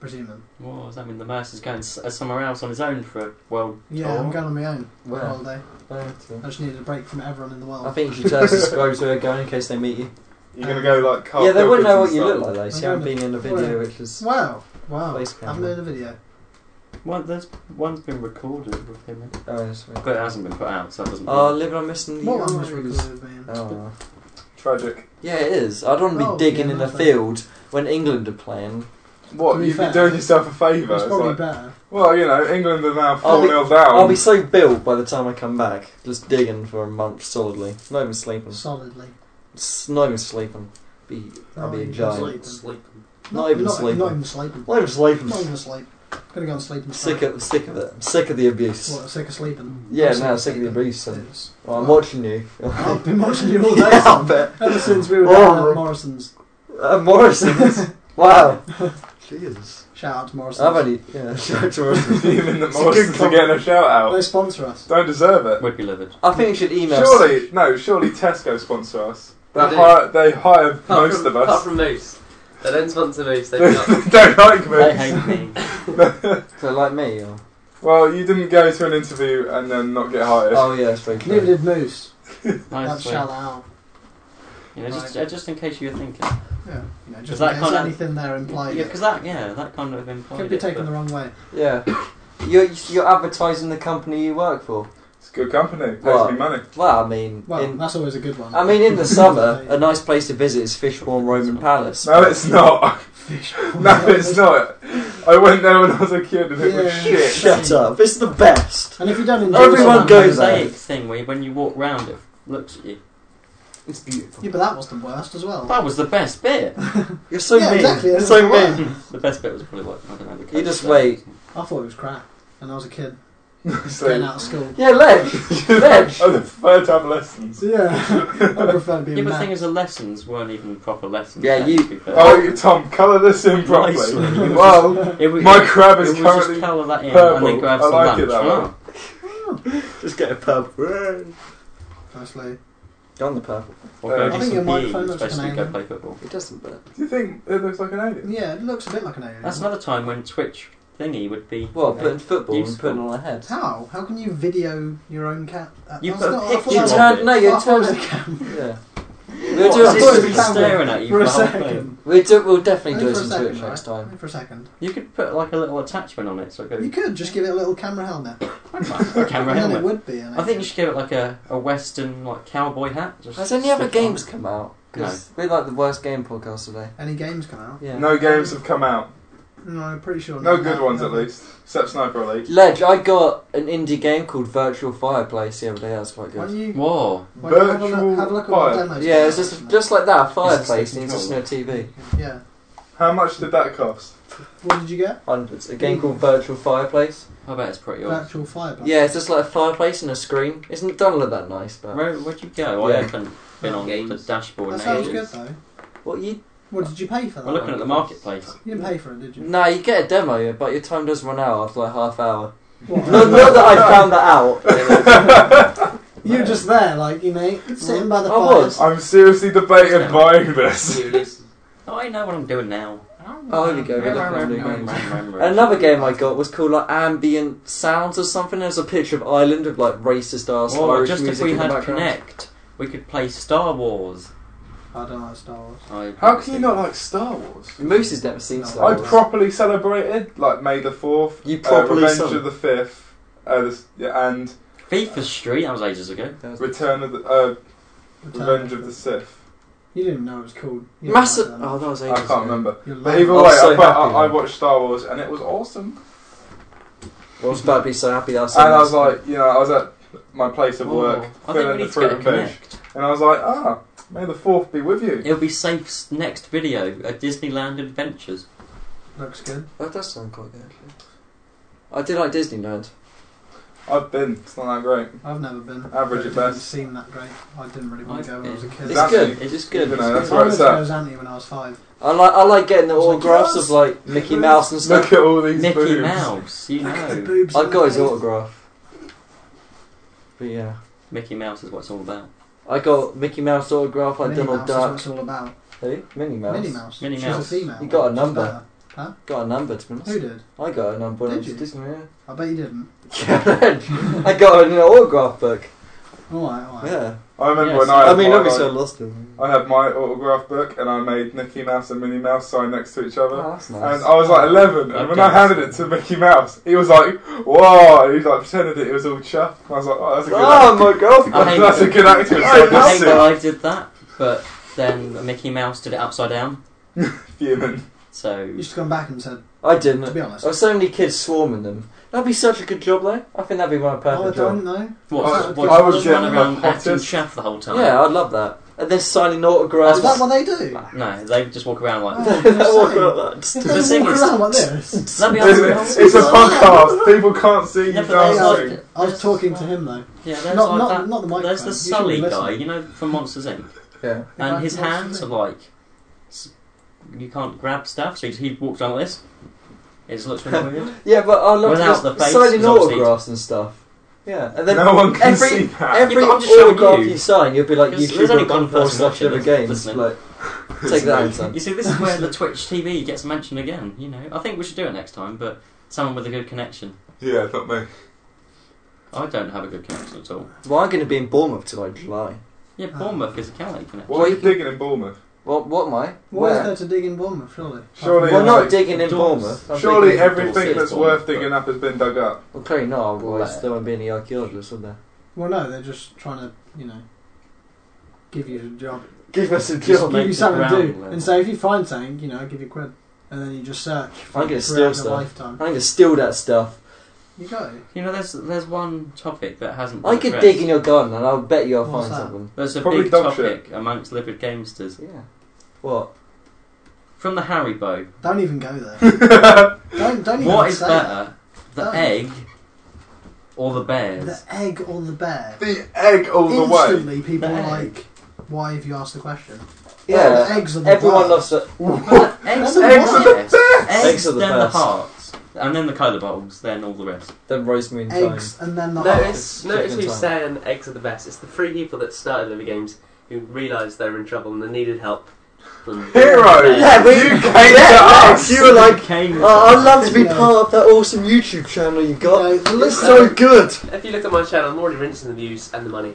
presuming. What does that mean? The mouse is going s- uh, somewhere else on his own for a well. Yeah, Oh. I'm going on my own Where? on holiday. Where I to? just needed a break from everyone in the world. I think you should tell us subscribers where you're going in case they meet you. You're gonna go like Carl yeah, they wouldn't know what you Pilkington look style. like though. See, I I'm haven't been in a video, Where? which [LAUGHS] is. wow, wow! Face I've camera. made a video. Well, there's one's been recorded with him, in it. Oh, yes, wait. but it hasn't been put out, so it doesn't. Oh, livid, I'm missing the What one was Euros. recorded, man? Oh. Tragic. Yeah, it is. I don't want to be Oh, digging yeah, in the that's field when England are playing. What? To be You'd fair, be doing yourself a favour. It's It's probably like, better. well, you know, England are now I'll be- 4 0 down. I'll [LAUGHS] be so built by the time I come back, just digging for a month solidly. Not even sleeping. Solidly. S- Not even sleeping. Be, I'll Not be a even giant. Oh, sleep. sleep. sleeping. Not even not, sleeping. Not even sleeping. Not even sleeping. Not even sleep. Gonna go and sleep and Sick sleep. of sick of it. I'm sick of the abuse. What, sick of sleeping? Yeah, I'm no, sick of the sleeping. abuse. And, [LAUGHS] It's- well, I'm watching you. I've been watching you [LAUGHS] all day. Yeah, I son. bet. Ever since we were Oh, down Rick. at Morrison's. Uh, [LAUGHS] Morrison's. wow. Jesus. Shout out to Morrison's. I've only [LAUGHS] yeah. shout to Morrison's. Even [LAUGHS] the It's a Morrisons good are getting a shout out. They sponsor us. Don't deserve it. Would be livid. I think you should email. Surely, no, surely Tesco sponsor us. They They do. hire, they hire Apart most from, of Apart us. from Moose. They don't sponsor [LAUGHS] Moose, they do not. Don't like They me. hate me. So like me. Or, Well, you didn't go to an interview and then not get hired. oh yeah, it's very Neither true. did Moose. That's Nicely. shout out. You know, just, Right. uh, just in case you were thinking. Yeah, you know, Does just that in case kind of- anything there implied. Yeah, because that yeah, that kind of it implied. could be it, taken but- the wrong way. Yeah. You're you're advertising the company you work for. It's a good company. Pays Well, me money. Well, I mean, Well, in, that's always a good one. I mean, in [LAUGHS] the [LAUGHS] summer, a nice place to visit is Fishbourne Roman Palace. No, it's not. [LAUGHS] Fish. No, [LAUGHS] it's not. I went there when I was a kid and it was Yeah. shit. [LAUGHS] Shut up! It's the best. And if you don't enjoy Everyone something- goes there. mosaic thing where you- when you walk round it looks at you. It's beautiful. Yeah, but that was the worst as well. That was the best bit. You're so Yeah, mean. exactly, You're that's so why. mean. the best bit was probably like I don't know. The You just coach wait. I thought it was crap. And I was a kid getting So, out of school. [LAUGHS] Yeah, Ledge. Ledge. oh, the third time lessons. [LAUGHS] So yeah, [LAUGHS] I prefer being Yeah, but the mad. thing is, the lessons weren't even proper lessons. Yeah, then, you- to be fair. Oh, you- Tom, colour this in properly. [LAUGHS] Nicely. Well, It was- my crab it is was currently just colour that in and purple. then grab I some like it lunch. that Oh. Just get a purple. Firstly, Done the purple. Or go Uh, do I think some your PE, microphone looks especially like an go alien. play football. It doesn't, but Do you think it looks like an alien? yeah, it looks a bit like an alien. That's another time when Twitch thingy would be. well, Yeah. putting football and Useful. putting on a head. How? How can you video your own cat? Uh, You that's put a not- I thought picture You that was- of turn. No, you I thought it was a turn. cam Yeah. [LAUGHS] What, We'll do. is I thought it this just was camera. staring at you for a the whole thing? second. We'll do. We'll definitely do Only it for a on Twitch second, right? next time. Only for a second. You could put like a little attachment on it, so it goes. You could just give it a little camera [LAUGHS] helmet. a camera and then helmet. it would be. An I think you alien. should give it like a, a western like cowboy hat. Just Has any other stick on. games come out? Because we're like the worst game podcast today. Any games come out? Yeah. No games have come out. No, I'm pretty sure. No not. good ones, at No. least. Except Sniper Elite. Ledge, I got an indie game called Virtual Fireplace the other day. That was quite Why good. don't you Whoa. why don't you have a Virtual look- have a look at what fire. demos Yeah, are? it's just just like that a fireplace, the and it's just no TV. Yeah. How much did that cost? What did you get? Hundreds. A game called Virtual Fireplace. I bet it's Uh, pretty awesome. Virtual fireplace. Yeah, it's just like a fireplace and a screen. Isn't don't look that nice, but Where, where'd you go? I uh, Yeah. haven't been on the Games. dashboard That in sounds good ages. though. what you? What did you pay for that? We're looking at [LAUGHS] the marketplace. You didn't pay for it, did you? Nah, you get a demo, but your time does run out after like half [LAUGHS] hour. What? not, not that I found that out. you were just there, like you know, sitting by the I fire. was. I'm seriously debating buying this. [LAUGHS] Oh, I know what I'm doing now. Oh, there we go. We're looking at new games. Another Another game I got was called like ambient sounds or something. There's a picture of Ireland with like racist ass Or Irish just if music we in the had background. Connect, we could play Star Wars. I don't like Star Wars. I How can you not like Star Wars? Moose has never seen Star I Wars. properly celebrated like May the Fourth, You properly uh, Revenge cele- of the Fifth, uh, this, yeah, and FIFA Street, that was ages ago. That was- Return of the uh, Return Revenge of the- the Sith. You didn't know it was called. You Massive. didn't Oh, know um, that was I ages ago. can't remember. that. You're But lying. either I way, was so I, but happy I, I then. watched Star Wars and it was awesome. I was about to be so happy that I saw And I was this. like, you know, I was at my place of work Oh, I think we filling the need to fruit get a and veg, Connect. and I was like, ah, May the Fourth be with you. It'll be Safe's next video, a Disneyland Adventures. Looks good. that does sound quite good. actually. I did like Disneyland. I've been. It's not that great. I've never been. Average It at didn't best. Seem that great. I didn't really want I've to go when I was a been. kid. It's That's good. it. It's just good. You know, that's I where was it's to at. Rosanti when I was five. I like I like getting the I was like, autographs yes. of like Mickey Mouse and Look stuff. at all these Mickey boobs. Mouse, you Look at the know. boobs I in got the his face. autograph. But yeah, Mickey Mouse is what it's all about. I got Mickey Mouse autograph like Minnie Donald Mouse is what Duck. it's all about. Who? Minnie Mouse. Minnie Mouse. Minnie She's Mouse. a female. You got a She's number. better. Got a number to be Who honest. did? I got a number. when I Did was you? at Disney. Yeah. I bet you didn't. Yeah, [LAUGHS] I got an autograph book. All right, all right. Yeah. I remember Yes. when I. I had mean, my, obviously I like, lost them. I had my autograph book, and I made Mickey Mouse and Minnie Mouse sign next to each other. Oh, that's nice. And I was like 11, and when I handed it to Mickey Mouse, he was like, "Whoa!" He was like pretended it was all chuff. I was like, "Oh, that's a good." oh, act- my girlfriend. I hate that's a it. good actor. I I hate just that I did that, but then Mickey Mouse did it upside down. fuming. So You should have gone back and said, I to didn't. be honest. There were so many kids swarming them. That'd be such a good job, though. I think that'd be my Oh, I perfect don't job. know. I- what? What? I was Just run getting around the acting hottest- chef the whole time. Yeah, I'd love that. And then signing Is that autographs. [LAUGHS] what they [LAUGHS] do? No, they just walk around like. Oh, Walk insane. around like- If The they thing walk is- around like [LAUGHS] this. [LAUGHS] That'd be It's, awesome. it's a podcast. [LAUGHS] People can't see you Yeah, but they are- dancing. I was talking to him though. Yeah, there's Not- like not- that. not the microphone. There's the You Sully shouldn't guy, listen. you know, from Monsters Inc. Yeah. And his Monsters, hands are Inc. like, s- you can't grab stuff, so he, he walks around like this. It just looks really weird. Yeah, but I love Without just the face, signing because obviously- autographs and stuff. Yeah, and then No one can every, see that. Every Yeah, but I'm just showing autograph you. you. sign, you'll be like Because there's only YouTube one on four person slash watching ever this, games. listening. [LAUGHS] Like, take that, son. You see, this is where the Twitch TV gets mentioned again. You know, I think we should do it next time, but someone with a good connection. Yeah, not me. I don't have a good connection at all. Well, I'm going to be in Bournemouth till like July. Yeah, Bournemouth is a Cali connection. What are you digging in Bournemouth? Well, what am I? What is Where? there to dig in Bournemouth, surely? Surely- We're Like, not digging in doors. Bournemouth. I'm Surely digging in every- everything Dorset, that's but- worth digging up has been dug [LAUGHS] up. [LAUGHS] Well, clearly not, otherwise Right. there won't be any archaeologists, would there? Well, no, they're just trying to, you know, give you a job. Give us a Just job. make give you the something to ground do. level. And so if you find something, you know, I'll give you a quid. And then you just search for I'm gonna steal throughout your stuff. lifetime. I'm going to steal that stuff. You go. You know, there's there's one topic that hasn't. Been I could addressed. dig in your garden and I'll bet you I'll What's find that? something. There's a Probably big dog shit. topic amongst Livid Gamesters. Yeah. What? From the Haribo, Don't even [LAUGHS] go there. don't, don't even what is say better, the Don't. egg or the it. The bears? egg or the bear? The egg all the way. Instantly, people The are egg. like, why have you asked the question? Yeah. the eggs are the Everyone worst. loves it. But the eggs, are Eggs are the best. Eggs, Eggs are the then best. the hearts, and then the colour bulbs, then all the rest. Then Rosemary and Eggs and then the heart. Notice, it's notice second who's time. saying eggs are the best. It's the three people that started Liver Games who realised they were in trouble and they needed help. [LAUGHS] And- Hero, Yeah, we- [LAUGHS] you came yeah, to us. thanks. You were like, Came Oh, I'd love to be No. part of that awesome YouTube channel you got. No, the It's list- so good. If you look at my channel, I'm already rinsing the views and the money.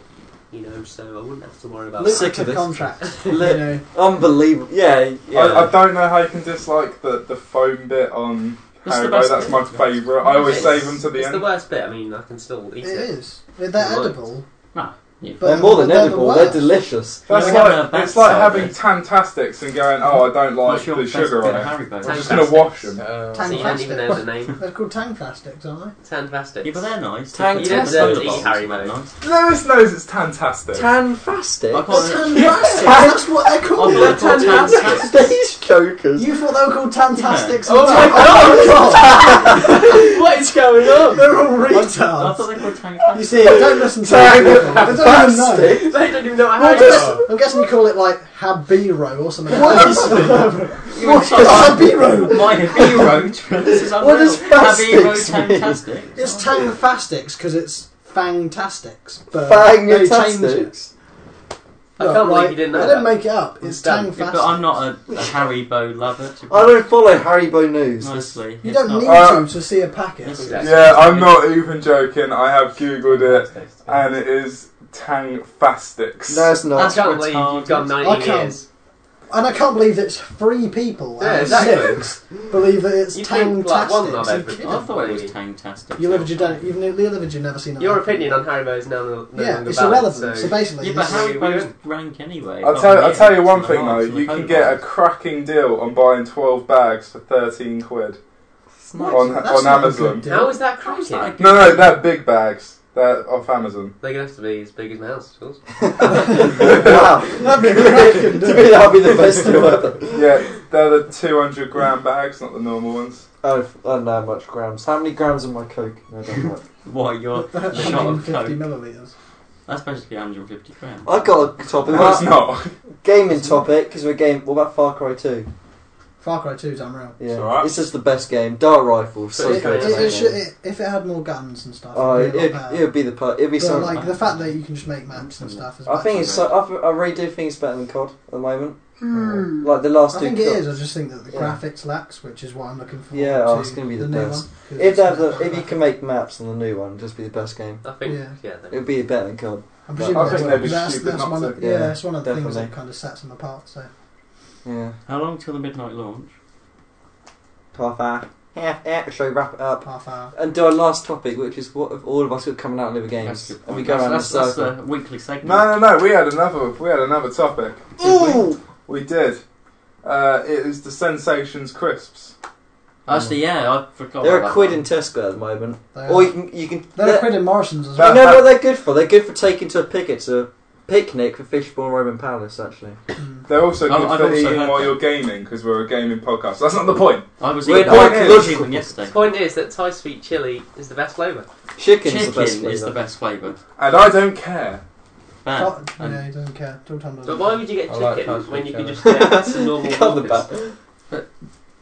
You know, so I wouldn't have to worry about Look- that. sick Look at of the this. [LAUGHS] contract. you Lit. know. Unbelievable. Yeah, yeah. I, I don't know how you can dislike the, the foam bit on That's the Haribo. best That's bit. my favourite. I always It's- save them to the It's end. the worst bit. I mean, I can still eat It it. is. They're Right. edible. No, Yeah. But they're more than they're the edible. They're worst. delicious. That's Yeah, we have like a it's like backside having bit. Tantastics and going, oh, I don't like What's your the best sugar on bit of it. Haribo? I'm just gonna wash them. So you don't even know the Tantastics. name. They're called Tangastics, aren't Fantastic. Yeah, but [LAUGHS] they're nice. Tang- You don't Tang- deserve to Tang- eat Tang- Haribo. Tang- Nice. Lewis knows it's Tantastic. Tanfastic. I they? can't- They're Tangastics. That's what they're Oh, called. they're They're called Tangastics. [LAUGHS] Tantastics. These jokers. You thought they were called Tantastics? Oh my what is going [LAUGHS] on? They're all Oh, I retards. thought they were Tang. You see, don't listen to them. They don't even know. Tanfastic. [LAUGHS] They don't even know what Well, Haribo just- are. I'm guessing you call it like Habiro or something. What is [LAUGHS] You're What is [LAUGHS] Habiro? My hero. This is What does unreal. Happy hero fastics mean? Tantastic. It's Tangastics because it's Fantastics. but they changed it. Fangastics. I Look, can't believe right, you didn't know I that. didn't make it up. It's Damn. Tang Yeah, but I'm not a, a Haribo lover. To I don't follow Haribo News. Honestly, You it's don't not- need Uh, to to see a packet. It's It's just- Yeah, I'm not even joking. I have googled it, and it is Tangfastics. No, it's I [LAUGHS] not. can't believe you've gone I 19 can't. years. And I can't believe it's three people Yeah, out of exactly. six believe that it's You think, like, one of Tangastics. every- You're kidding. I thought it was Tangtastic. You live, you don't. You've, ne- you live, you've never seen. it. Your opinion on Haribo is now no, no yeah, longer it's valid, irrelevant. So, So, basically, Yeah, but it's- how- Haribo's rank anyway. I'll tell, I'll tell you one thing though, you can get a cracking deal on buying 12 bags for 13 quid. What? on- That's on not a Amazon. good deal. how is that How's cracking? that No, no, they're big bags. They're off Amazon. They're gonna have to be as big as my house. of course. [LAUGHS] wow. That'd be a [LAUGHS] to cracking me, deal. that'll be the best deal ever. Yeah, they're the 200 gram bags, not the normal ones. Oh, I don't know how much grams. How many grams in my Coke? I don't know. Why you're That's shot of 150 coke? millilitres. That's basically 150 grams. I've got a topic. Uh, No, it's not. Gaming topic, because we're game. What about Far Cry 2? Far Cry 2's unreal. Yeah. It's alright. It's just the best game. Dart rifle, So so It, it's it, good. kinda it like- should, it, if it had more guns and stuff, Oh, it'd it, be a lot it, better. it'd be the per- it'd be But so. like the fact that you can just make maps and stuff. Is I think it's so. I, I really do think it's better than COD at the moment. Like the last I two. think it COD is. I just think that the Yeah. graphics lacks, which is what I'm looking for. Yeah, to oh, it's gonna be the new best. one, 'cause If it's they have not the, if you graphic. can make maps on the new one, it'd just be the best game. I think. Yeah. Yeah. It'd then. be better than COD. I'm But presuming I think that's- they'd be that's, stupid that's not one of, to. yeah, Yeah, it's one of the things that definitely. kind of sets them apart. So Yeah. How long till the midnight launch? Half hour. Half hour. Show wrap it up. half hour. And do our last topic, which is what have all of us got coming out in other games, That's a good and we point. go That's- around the that's, that's circle. the weekly segment. No, no, no, we had another, we had another topic. Ooh. We did. Uh, it is the Sensations Crisps. Actually, yeah, I forgot. They're about a that quid one. in Tesco at the moment, They or you are, can you can. they're a quid in Morrison's as You That- well. know what they're good for? They're good for taking to a picnic to picnic for Fishbourne Roman Palace. Actually, Mm. They're also I've- good I've for also eating heard while that. you're gaming, because we're a gaming podcast. That's not the point. I was We're eating quite I logical. was eating them yesterday. The point is that Thai sweet chili is the best flavour. chicken's Chicken the best is the flavour. best flavour. And I don't care. Bad. Fuck, And yeah, he doesn't care. Talk time But why would you get I like chicken Thai sweet when you could chili. just get some normal [LAUGHS] Cut the Walkers?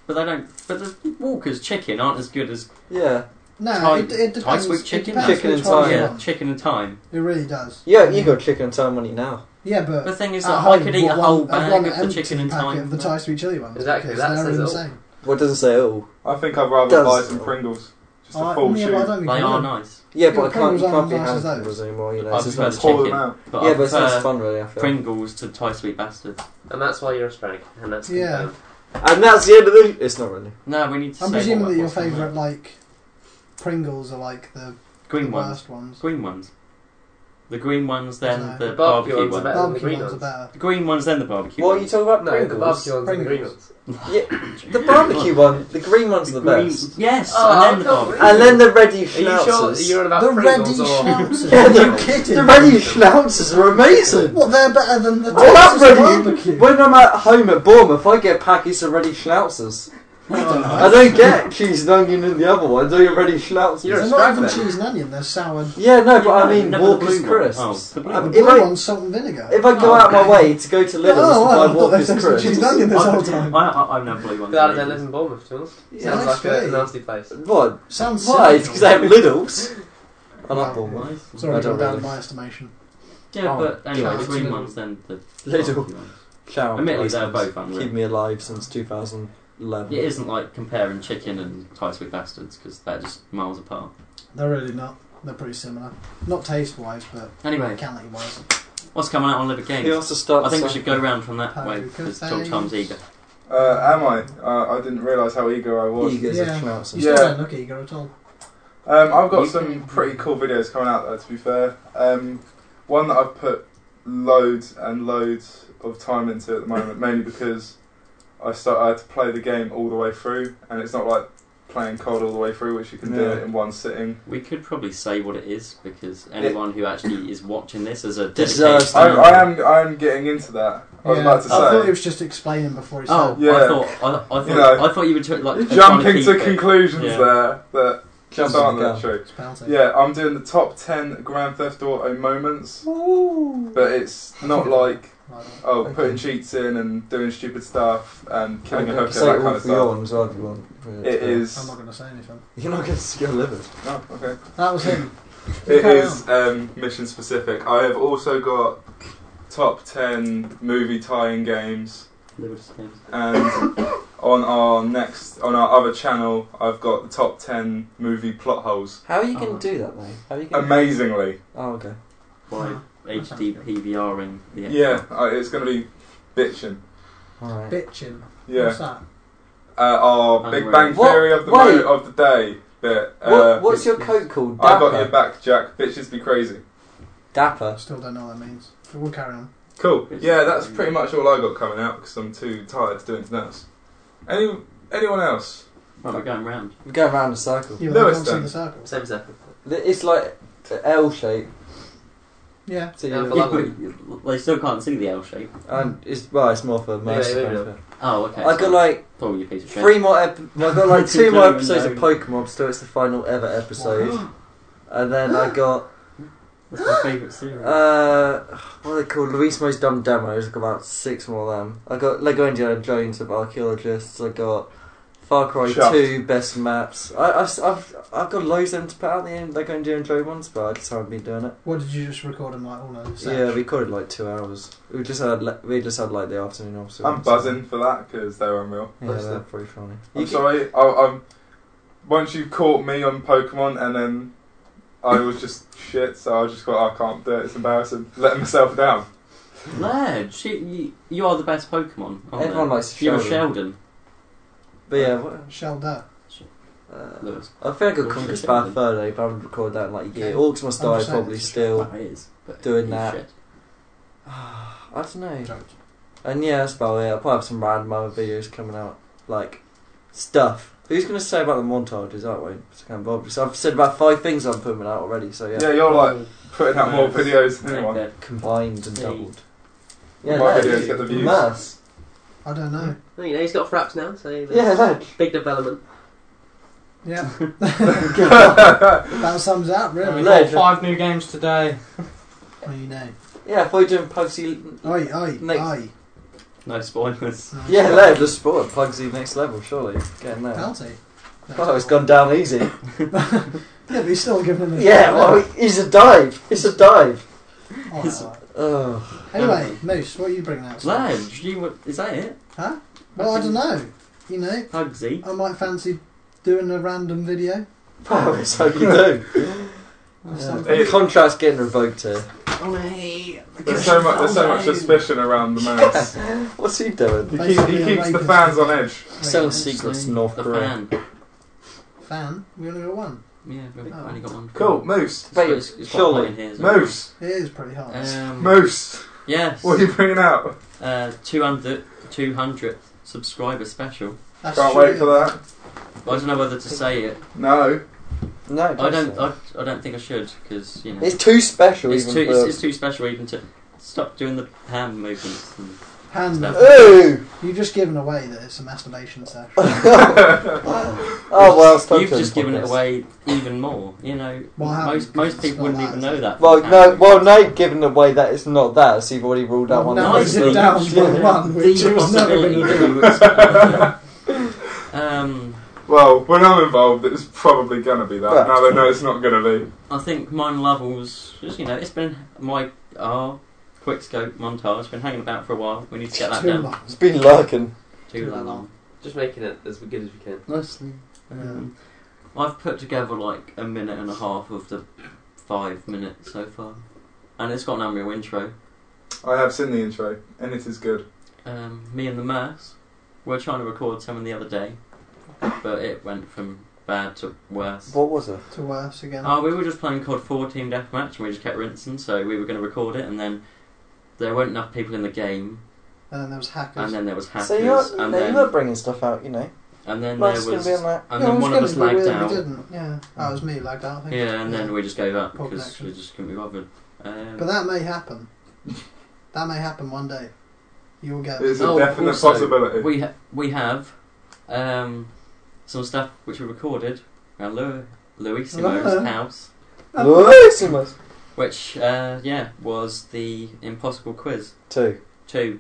But they don't. But the Walker's chicken aren't as good as Yeah, No, Thai- it, it Thai depends. sweet it chicken? depends Chicken which and one Thai. you yeah, want. chicken and thyme. It really does. yeah. You got chicken and time money now. Yeah, but The thing is at that I home, could eat a what whole one- I'd want bag an of the empty chicken and packet thyme. of the Thai sweet chili ones. Exactly, because that they're says it all. insane. What doesn't say at all? I think I'd rather Does. buy some Pringles. Just a full I, yeah, but I shoe. don't think They you are would. nice. Yeah, Yeah, but I can't. Pringles You can't aren't be as nice as having those. Pringles anymore. You know, I it's just prefer not the as Pour chicken. them out. But yeah, I but it's not as prefer fun really. I feel. Pringles to Thai sweet bastards. And that's why you're Australian. And that's Yeah. confirmed. And that's the end of the. It's not really. No, we need to. I'm say presuming what- that your what's the favourite word. like Pringles are like the, the green ones. worst ones. Green ones. The green ones, then No. the The barbecue barbecue ones are better. ones. than the Barbecue green ones are ones. better. The green ones, then the barbecue. What are you ones. talking about? No, the Pringles. barbecue ones and the green ones. The barbecue one. The green one's the green, best. Yes, Oh, and then the no, [LAUGHS] barbecue. And then the ready Are you sure that schnauzers. you're on about The ready Pringles or? [LAUGHS] schnauzers. [LAUGHS] Yeah, Are the- you kidding? the ready schnauzers are amazing. What? They're better than the I love Texas ready. barbecue. When I'm at home at Bournemouth, I get packets of ready schnauzers. I don't [LAUGHS] get cheese and onion and the other ones. I get ready schnauzers. You're They're a not even straggler. cheese and onion. They're sour. Yeah, no, but I Yeah, mean no, but the Walker's blue one. crisps. Oh, the blue The Um, one. if I blue one's salt and vinegar. if I go Oh, out my okay. way to go to Lidl's oh, I and thought buy they Walker's said cheese crisps, and onion this whole [LAUGHS] I, time. I, I've never blue ones. Glad I don't live in Bournemouth, to be honest. Yeah. Sounds like Actually. a nasty place. what? Sounds Why? silly. It's because I have Lidl's. I like [LAUGHS] Bournemouth. Nice. Sorry, I I don't don't down really. my estimation. Yeah, but anyway, God. the green ones, then the Little. barbecue ones. Shout out Admittedly, to they're Lidl's. both unreal. Keep me alive since 2011. It isn't like comparing chicken and Thai sweet bastards because they're just miles apart. They're really not. They're pretty similar. Not taste wise, but Anyway, quality wise. what's coming out on Liver He Games? wants to start. I think we some- should go round from that way Poker because Tom's face. eager. Uh, am I? Uh, I didn't realise how eager I was. Eagers Yeah. and schnauzers. You still Yeah. don't look eager at all. Um, I've got You some can- pretty cool videos coming out there. To be fair, um, one that I've put loads and loads of time into at the moment, mainly because I start I had to play the game all the way through, and it's not like playing COD all the way through, which you can do Yeah. it in one sitting. We could probably say what it is because anyone who actually is watching this as a Deserves dedicated. I, I am I am getting into that. I was Yeah, about to I thought say. it was just explaining before he Oh, started. Yeah. I thought I, I thought You know, I thought you were tr- like trying Jumping to keep it. conclusions Yeah. there that Jumping aren't the gun. that true. It's penalty. Yeah, I'm doing the top 10 Grand Theft Auto moments, but it's [LAUGHS] not like, Like that. oh, Okay. putting cheats in and doing stupid stuff and killing a You hooker, can say that all kind of for your stuff. one as well if you want. for It to- is. I'm not going to say anything. [LAUGHS] You're not going to see your liver. Oh, okay. That was him. It Carry is um, mission specific. I have also got top 10 movie tie in games, Libidist games. and on our next, on our other channel, I've got the top 10 movie plot holes. How are you going Oh. to do that though? How are you going? Amazingly. Oh, okay. By that sounds HD good. PVRing. Yeah, The I- it's going to be bitching. All right. Bitching. Yeah. What's that? uh, our Don't Big worry. Bang What? Theory of the Wait. mo- of the day bit. Uh, What, what's your coat called? I got your Dapper. back, Jack. Bitches be crazy. I Dapper. still don't know what that means. But we'll carry on. Cool. Bitches Yeah, be that's crazy. pretty much all I got coming out because I'm too tired to do anything else. Any anyone else? Oh Right, we're going round. We go around a circle. You Lewis can't see then. the circle. Same as Apple. It's like an L shape. Yeah. So Yeah, you- Well, Yeah, that but [LAUGHS] they still can't see the L shape. and it's well, it's more for most. yeah, of yeah. them. Oh, okay. I got like Paul, you piece of shit. three more. Ep- I [LAUGHS] got like two more Don't even episodes of know. Pokemon. Still, it's the final ever episode. [GASPS] And then I got That's my favourite series. uh, what are they called? Luismo's Dumb Demos. I got about six more of them. I got Lego Indiana Jones of Archaeologists. I got Far Cry Shaft. Two Best Maps. I, I've, I've I've got loads of them to put out the end Lego Indiana Jones ones, but I just haven't been doing it. What did you just record him like all over? Yeah, we recorded like two hours. We just had le- we just had like the afternoon off. so- I'm buzzing for that because they were unreal. Yeah, they're pretty funny. I'm You sorry. I, I'm once you caught me on Pokemon and then I was just shit, so I was just got I can't do it. It's embarrassing. Letting myself down. Ledge, you, you, you are the best Pokemon. aren't Everyone they? likes You're Sheldon. Sheldon, But yeah, what, Shelled out. uh, Lewis. I think I got What Conqueror's should Bad we do? Fur Day, but I haven't recorded that in like a year. Okay. Orcs Must I'm Die just saying, probably it's just- still. Well, it is. But doing he's that. shit. I don't know. Jokes. And yeah, that's about it. I'll probably have some random other videos coming out. Like, stuff. Who's going to say about the montages, aren't we? It's kind of obvious. I've said about five things I'm putting out already, so Yeah, yeah. you're like putting out more Yeah. videos than [LAUGHS] Take anyone. that. Combined and Hey. doubled. Yeah, My Ledge. videos get the views. Mass. I don't [LAUGHS] know. Well, Oh, you know, he's got fraps now, so Yeah, Ledge. big development. Yeah. yeah, That sums it up And we really. No. got Legend. five new games today. What do you know? Yeah, if we're doing Pugsy. Oi, oi, Nick. oi. No spoilers. Yeah, Ledge, the sport. Pugsy next level, surely. Getting there. Penalty. Oh, it's gone down easy. Yeah, but he's still giving him. a- Yeah, well, it's a dive. It's a dive. All right, all right. Oh, Anyway, Moose, what are you bringing out? Ledge, you were, is that it? Huh? Well, I don't know. You know, Pugsy. I might fancy doing a random video. powers, how you do. of Yeah. something. Hey. Contract's getting revoked here. there's so much. There's so much suspicion around the mouse. What's he doing? He, keep, he keeps uh, the fans on edge. Selling Wait, secrets to North The Korea. fan. Fan? We only got one. Yeah, we've Oh. only got one. Cool, Moose. It's got- Wait, it's got surely. one in here as well. Moose. It is pretty hard. Um, Moose. Yes. What are you bringing out? Uh, 200, 200 subscriber special. That's Can't true. wait for that. I don't know whether to say it. [LAUGHS] No. No, I don't. I, I don't think I should because you know It's too special. it's even too it's, for- it's too special even to stop doing the hand movements. And, Hand No. Ooh! You've just given away that it's a masturbation session. Oh well, it's you've Pokemon just given it podcast. away even more. You know, Well, how- most most it's people not wouldn't that, even is know it? that. Well, no, Hand well, no, giving away that it's not that. So you've already ruled out Well, one. no, out. it's Nicely. sit down [LAUGHS] for Yeah. one, which The it was never possibility going to that do. you would- [LAUGHS] um, well, when I'm involved, it's probably gonna be that. Right. Now they know it's not gonna be. I think mine levels. Just you know, it's been my our quick scope montage. It's been hanging about for a while. We need to get that Too down. long. It's been lurking. Too long. Just making it as good as we can. Mostly. Um, I've put together like a minute and a half of the five minutes so far, and it's got an unreal intro. I have seen the intro, and it is good. Um, me and the Mass were trying to record someone the other day, but it went from bad to worse. What was it? to worse again. Oh, we were just playing COD 4 Team Deathmatch and we just kept rinsing, so we were going to record it and then there weren't enough people in the game and then there was hackers. and then there was hackers so you're, and, no, then, you're bringing stuff out, you know. and then there Life's going was... to be on that. and yeah, it then was one of good, us but we- lagged we out. didn't. Yeah, that was me lagged out. I think. Yeah, and then we just gave up Poor because connection. we just couldn't be bothered. Um, But that may happen. that may happen one day. You'll get. It's a Oh, definite also, possibility. we ha- we have um, some stuff which we recorded around Lu- Luisimo's Ah. house, Oh, Luissimus. which uh, yeah was the Impossible Quiz Two. two,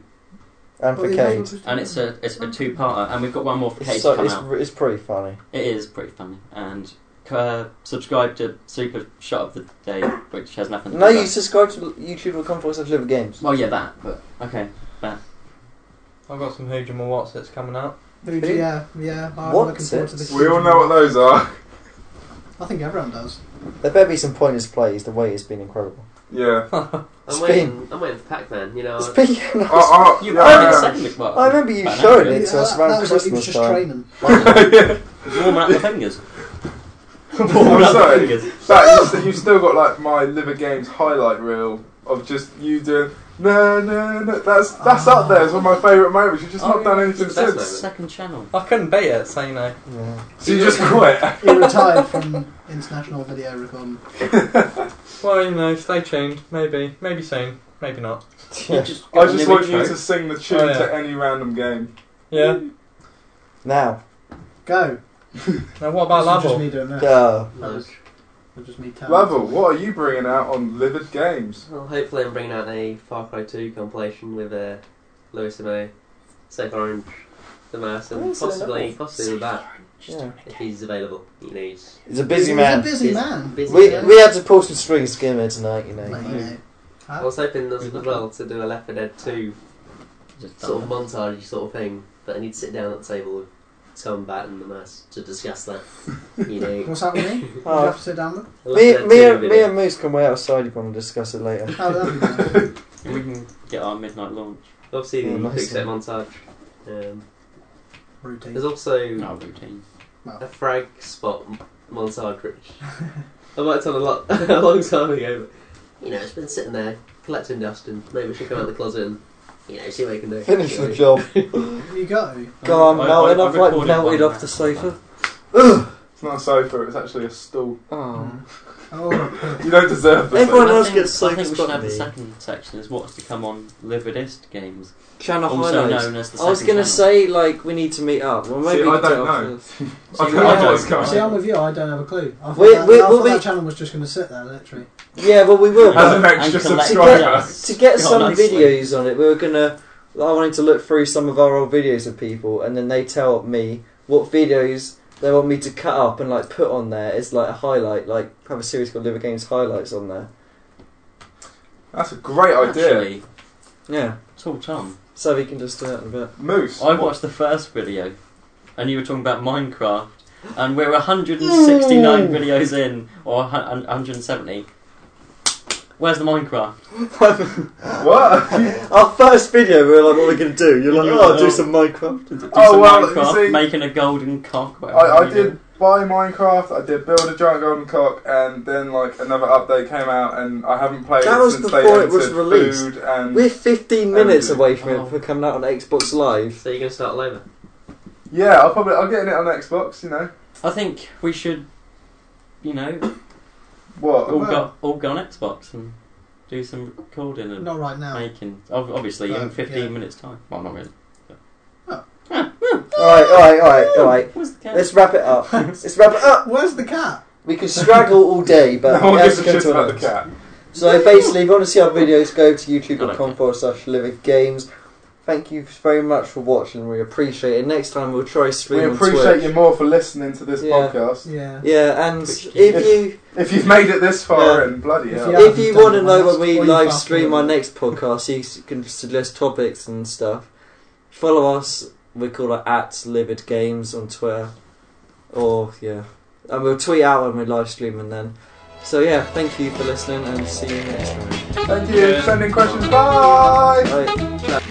And Oh, for Cade. and it's a it's a two parter, and we've got one more for Kate It's, so, to come it's, out. it's pretty funny. It is pretty funny, and uh, subscribe to Super Shot of the Day, which has nothing. to No, do you with- subscribe to youtube.com forward slash live games. well, yeah, that, but okay. I've got some Hoojamal Watts that's coming out. Fuji, yeah, yeah. I'm What's looking forward to it? this. We all know what those are. [LAUGHS] I think everyone does. There better be some pointers plays. The wait has been incredible. [LAUGHS] Yeah. Ah, I'm Spin. waiting. I'm waiting for Pac-Man. You Uh, know, I- Speaking of, Oh, oh, You yeah, played yeah. it [LAUGHS] second. Well, I remember you about an showed hour ago. It's it. Yeah, us that, around that was like he was Christmas just time. training. uh. yeah. Warming up the fingers. I'm Warming up the sorry. fingers. That, you, you've still got like my Liver Games highlight reel of just you doing no no no. That's that's up there. It's one of my favourite moments. You've just Oh, not done yeah, anything it's the best since. moment. Second channel. I couldn't beat it, say no. [LAUGHS] Yeah. So you just quit. He retired from international video recording. Well, you know, stay tuned. Maybe, maybe soon, maybe not. You Yeah. just I got just an want you intro. to sing the tune Oh, yeah. to any random game. Yeah. Now, Go. Now, what about This is Just Lovell? me doing that. duh. That was- Nice. that was just me telling. Lovell, what are you bringing out on Livid Games? well, hopefully I'm bringing out a Far Cry 2 compilation with uh, Louis May, Safe Orange, the Mouse, and Oh, Where's the possibly level? possibly the Bat Yeah. if he's available. He needs. He's a busy He's man. a busy He's man. busy we, man. we had to pull some strings together tonight, you know. Mate, you know. I was hoping as Who's well to do a Left 4 Dead 2 Just sort of done montage sort of thing, but I need to sit down at the table with Tom, Bat, and the Mouse to discuss that. You know, [LAUGHS] What's that with me? Did you Oh. have to sit down [LAUGHS] with? a Left 4 Dead Me, me, 2 and, me video. and Moose can wait outside if you want to discuss it later. [LAUGHS] Oh, that'd be nice. that. We can get our midnight launch. Obviously, Yeah, the nice big set montage. Um, Routine. there's also Our routine. a frag spot m- montage, Rich. I might have done a lot [LAUGHS] a long time ago, but you know, it's been sitting there collecting dust, and maybe we should come out the closet and you know see what we can do. Finish You [LAUGHS] the know. job. You go. God, I'm I- I- melting. I I've like recorded melted one off the round. sofa. It's not a sofa, it's actually a stool. Oh. Oh, [LAUGHS] You don't deserve the Everyone- sofa. I else think- gets so I think we should have the disgusted. second section is what's to come on Lividist games, Channel also known as the I was going gonna to say like we need to meet up. Well, See, maybe we I can do don't it after know. [LAUGHS] this. I See, don't I know what's don't- going see, on. I'm with you. I don't have a clue. I thought, We- that, we- I thought we'll that be- channel was just going to sit there, literally. Yeah, well we will. As but an extra And collect- subscriber. to get [LAUGHS] God, some honestly. videos on it, we were gonna. I wanted to look through some of our old videos of people, and then they tell me what videos they want me to cut up and like put on there as like a highlight, like have a series called Liver Games highlights on there. That's a great idea. Actually, Yeah, tall Tom. so we can just do that in a bit. Moose. I watched the first video, and you were talking about Minecraft, and we're 169 Mm. videos in, or a hun- 170. Where's the Minecraft? [LAUGHS] What? [LAUGHS] [LAUGHS] Our first video, we were like, "What are we gonna do?" You're like, Yeah. "Oh, I'll do some Minecraft." Do Oh, some well, you Minecraft, see- making a golden cock. whatever I, I you did buy Minecraft, I did build a giant golden cock, and then like another update came out, and I haven't played That it was since they before it was entered released. food and We're 15 minutes Um, away from it oh. for coming out on Xbox Live. [LAUGHS] So you're gonna start all over. yeah, I'll probably I'll get in it on Xbox. You know I think we should, you know, what? all Well. got all go on Xbox and do some recording and Not right now. making. ob- Obviously, Uh, in 15 yeah. minutes time. Well, not really. All right, all right, all right, all right. Where's the camera? Let's wrap [LAUGHS] it up. Let's wrap it up. Where's the cat? We could straggle all day, but [LAUGHS] no we one have gives to a go shit to about an the end. cat. So basically, if you want to see our videos, go to I youtube.com like forward slash livid games. Thank you very much for watching. We appreciate it. Next time we'll try stream. We on appreciate Twitch. you more for listening to this Yeah. podcast. Yeah. Yeah, and Twitch if games. you If you've made it this far, Yeah. and bloody If hell, you- if you done want to it know once, when we or you live fuck stream with our it. next podcast, you s- can suggest topics and stuff. Follow us. We call it at livid games on Twitter, or yeah, and we'll tweet out when we live stream and then. So yeah, thank you for listening and see you next time. thank you. Sending questions. Bye. Bye.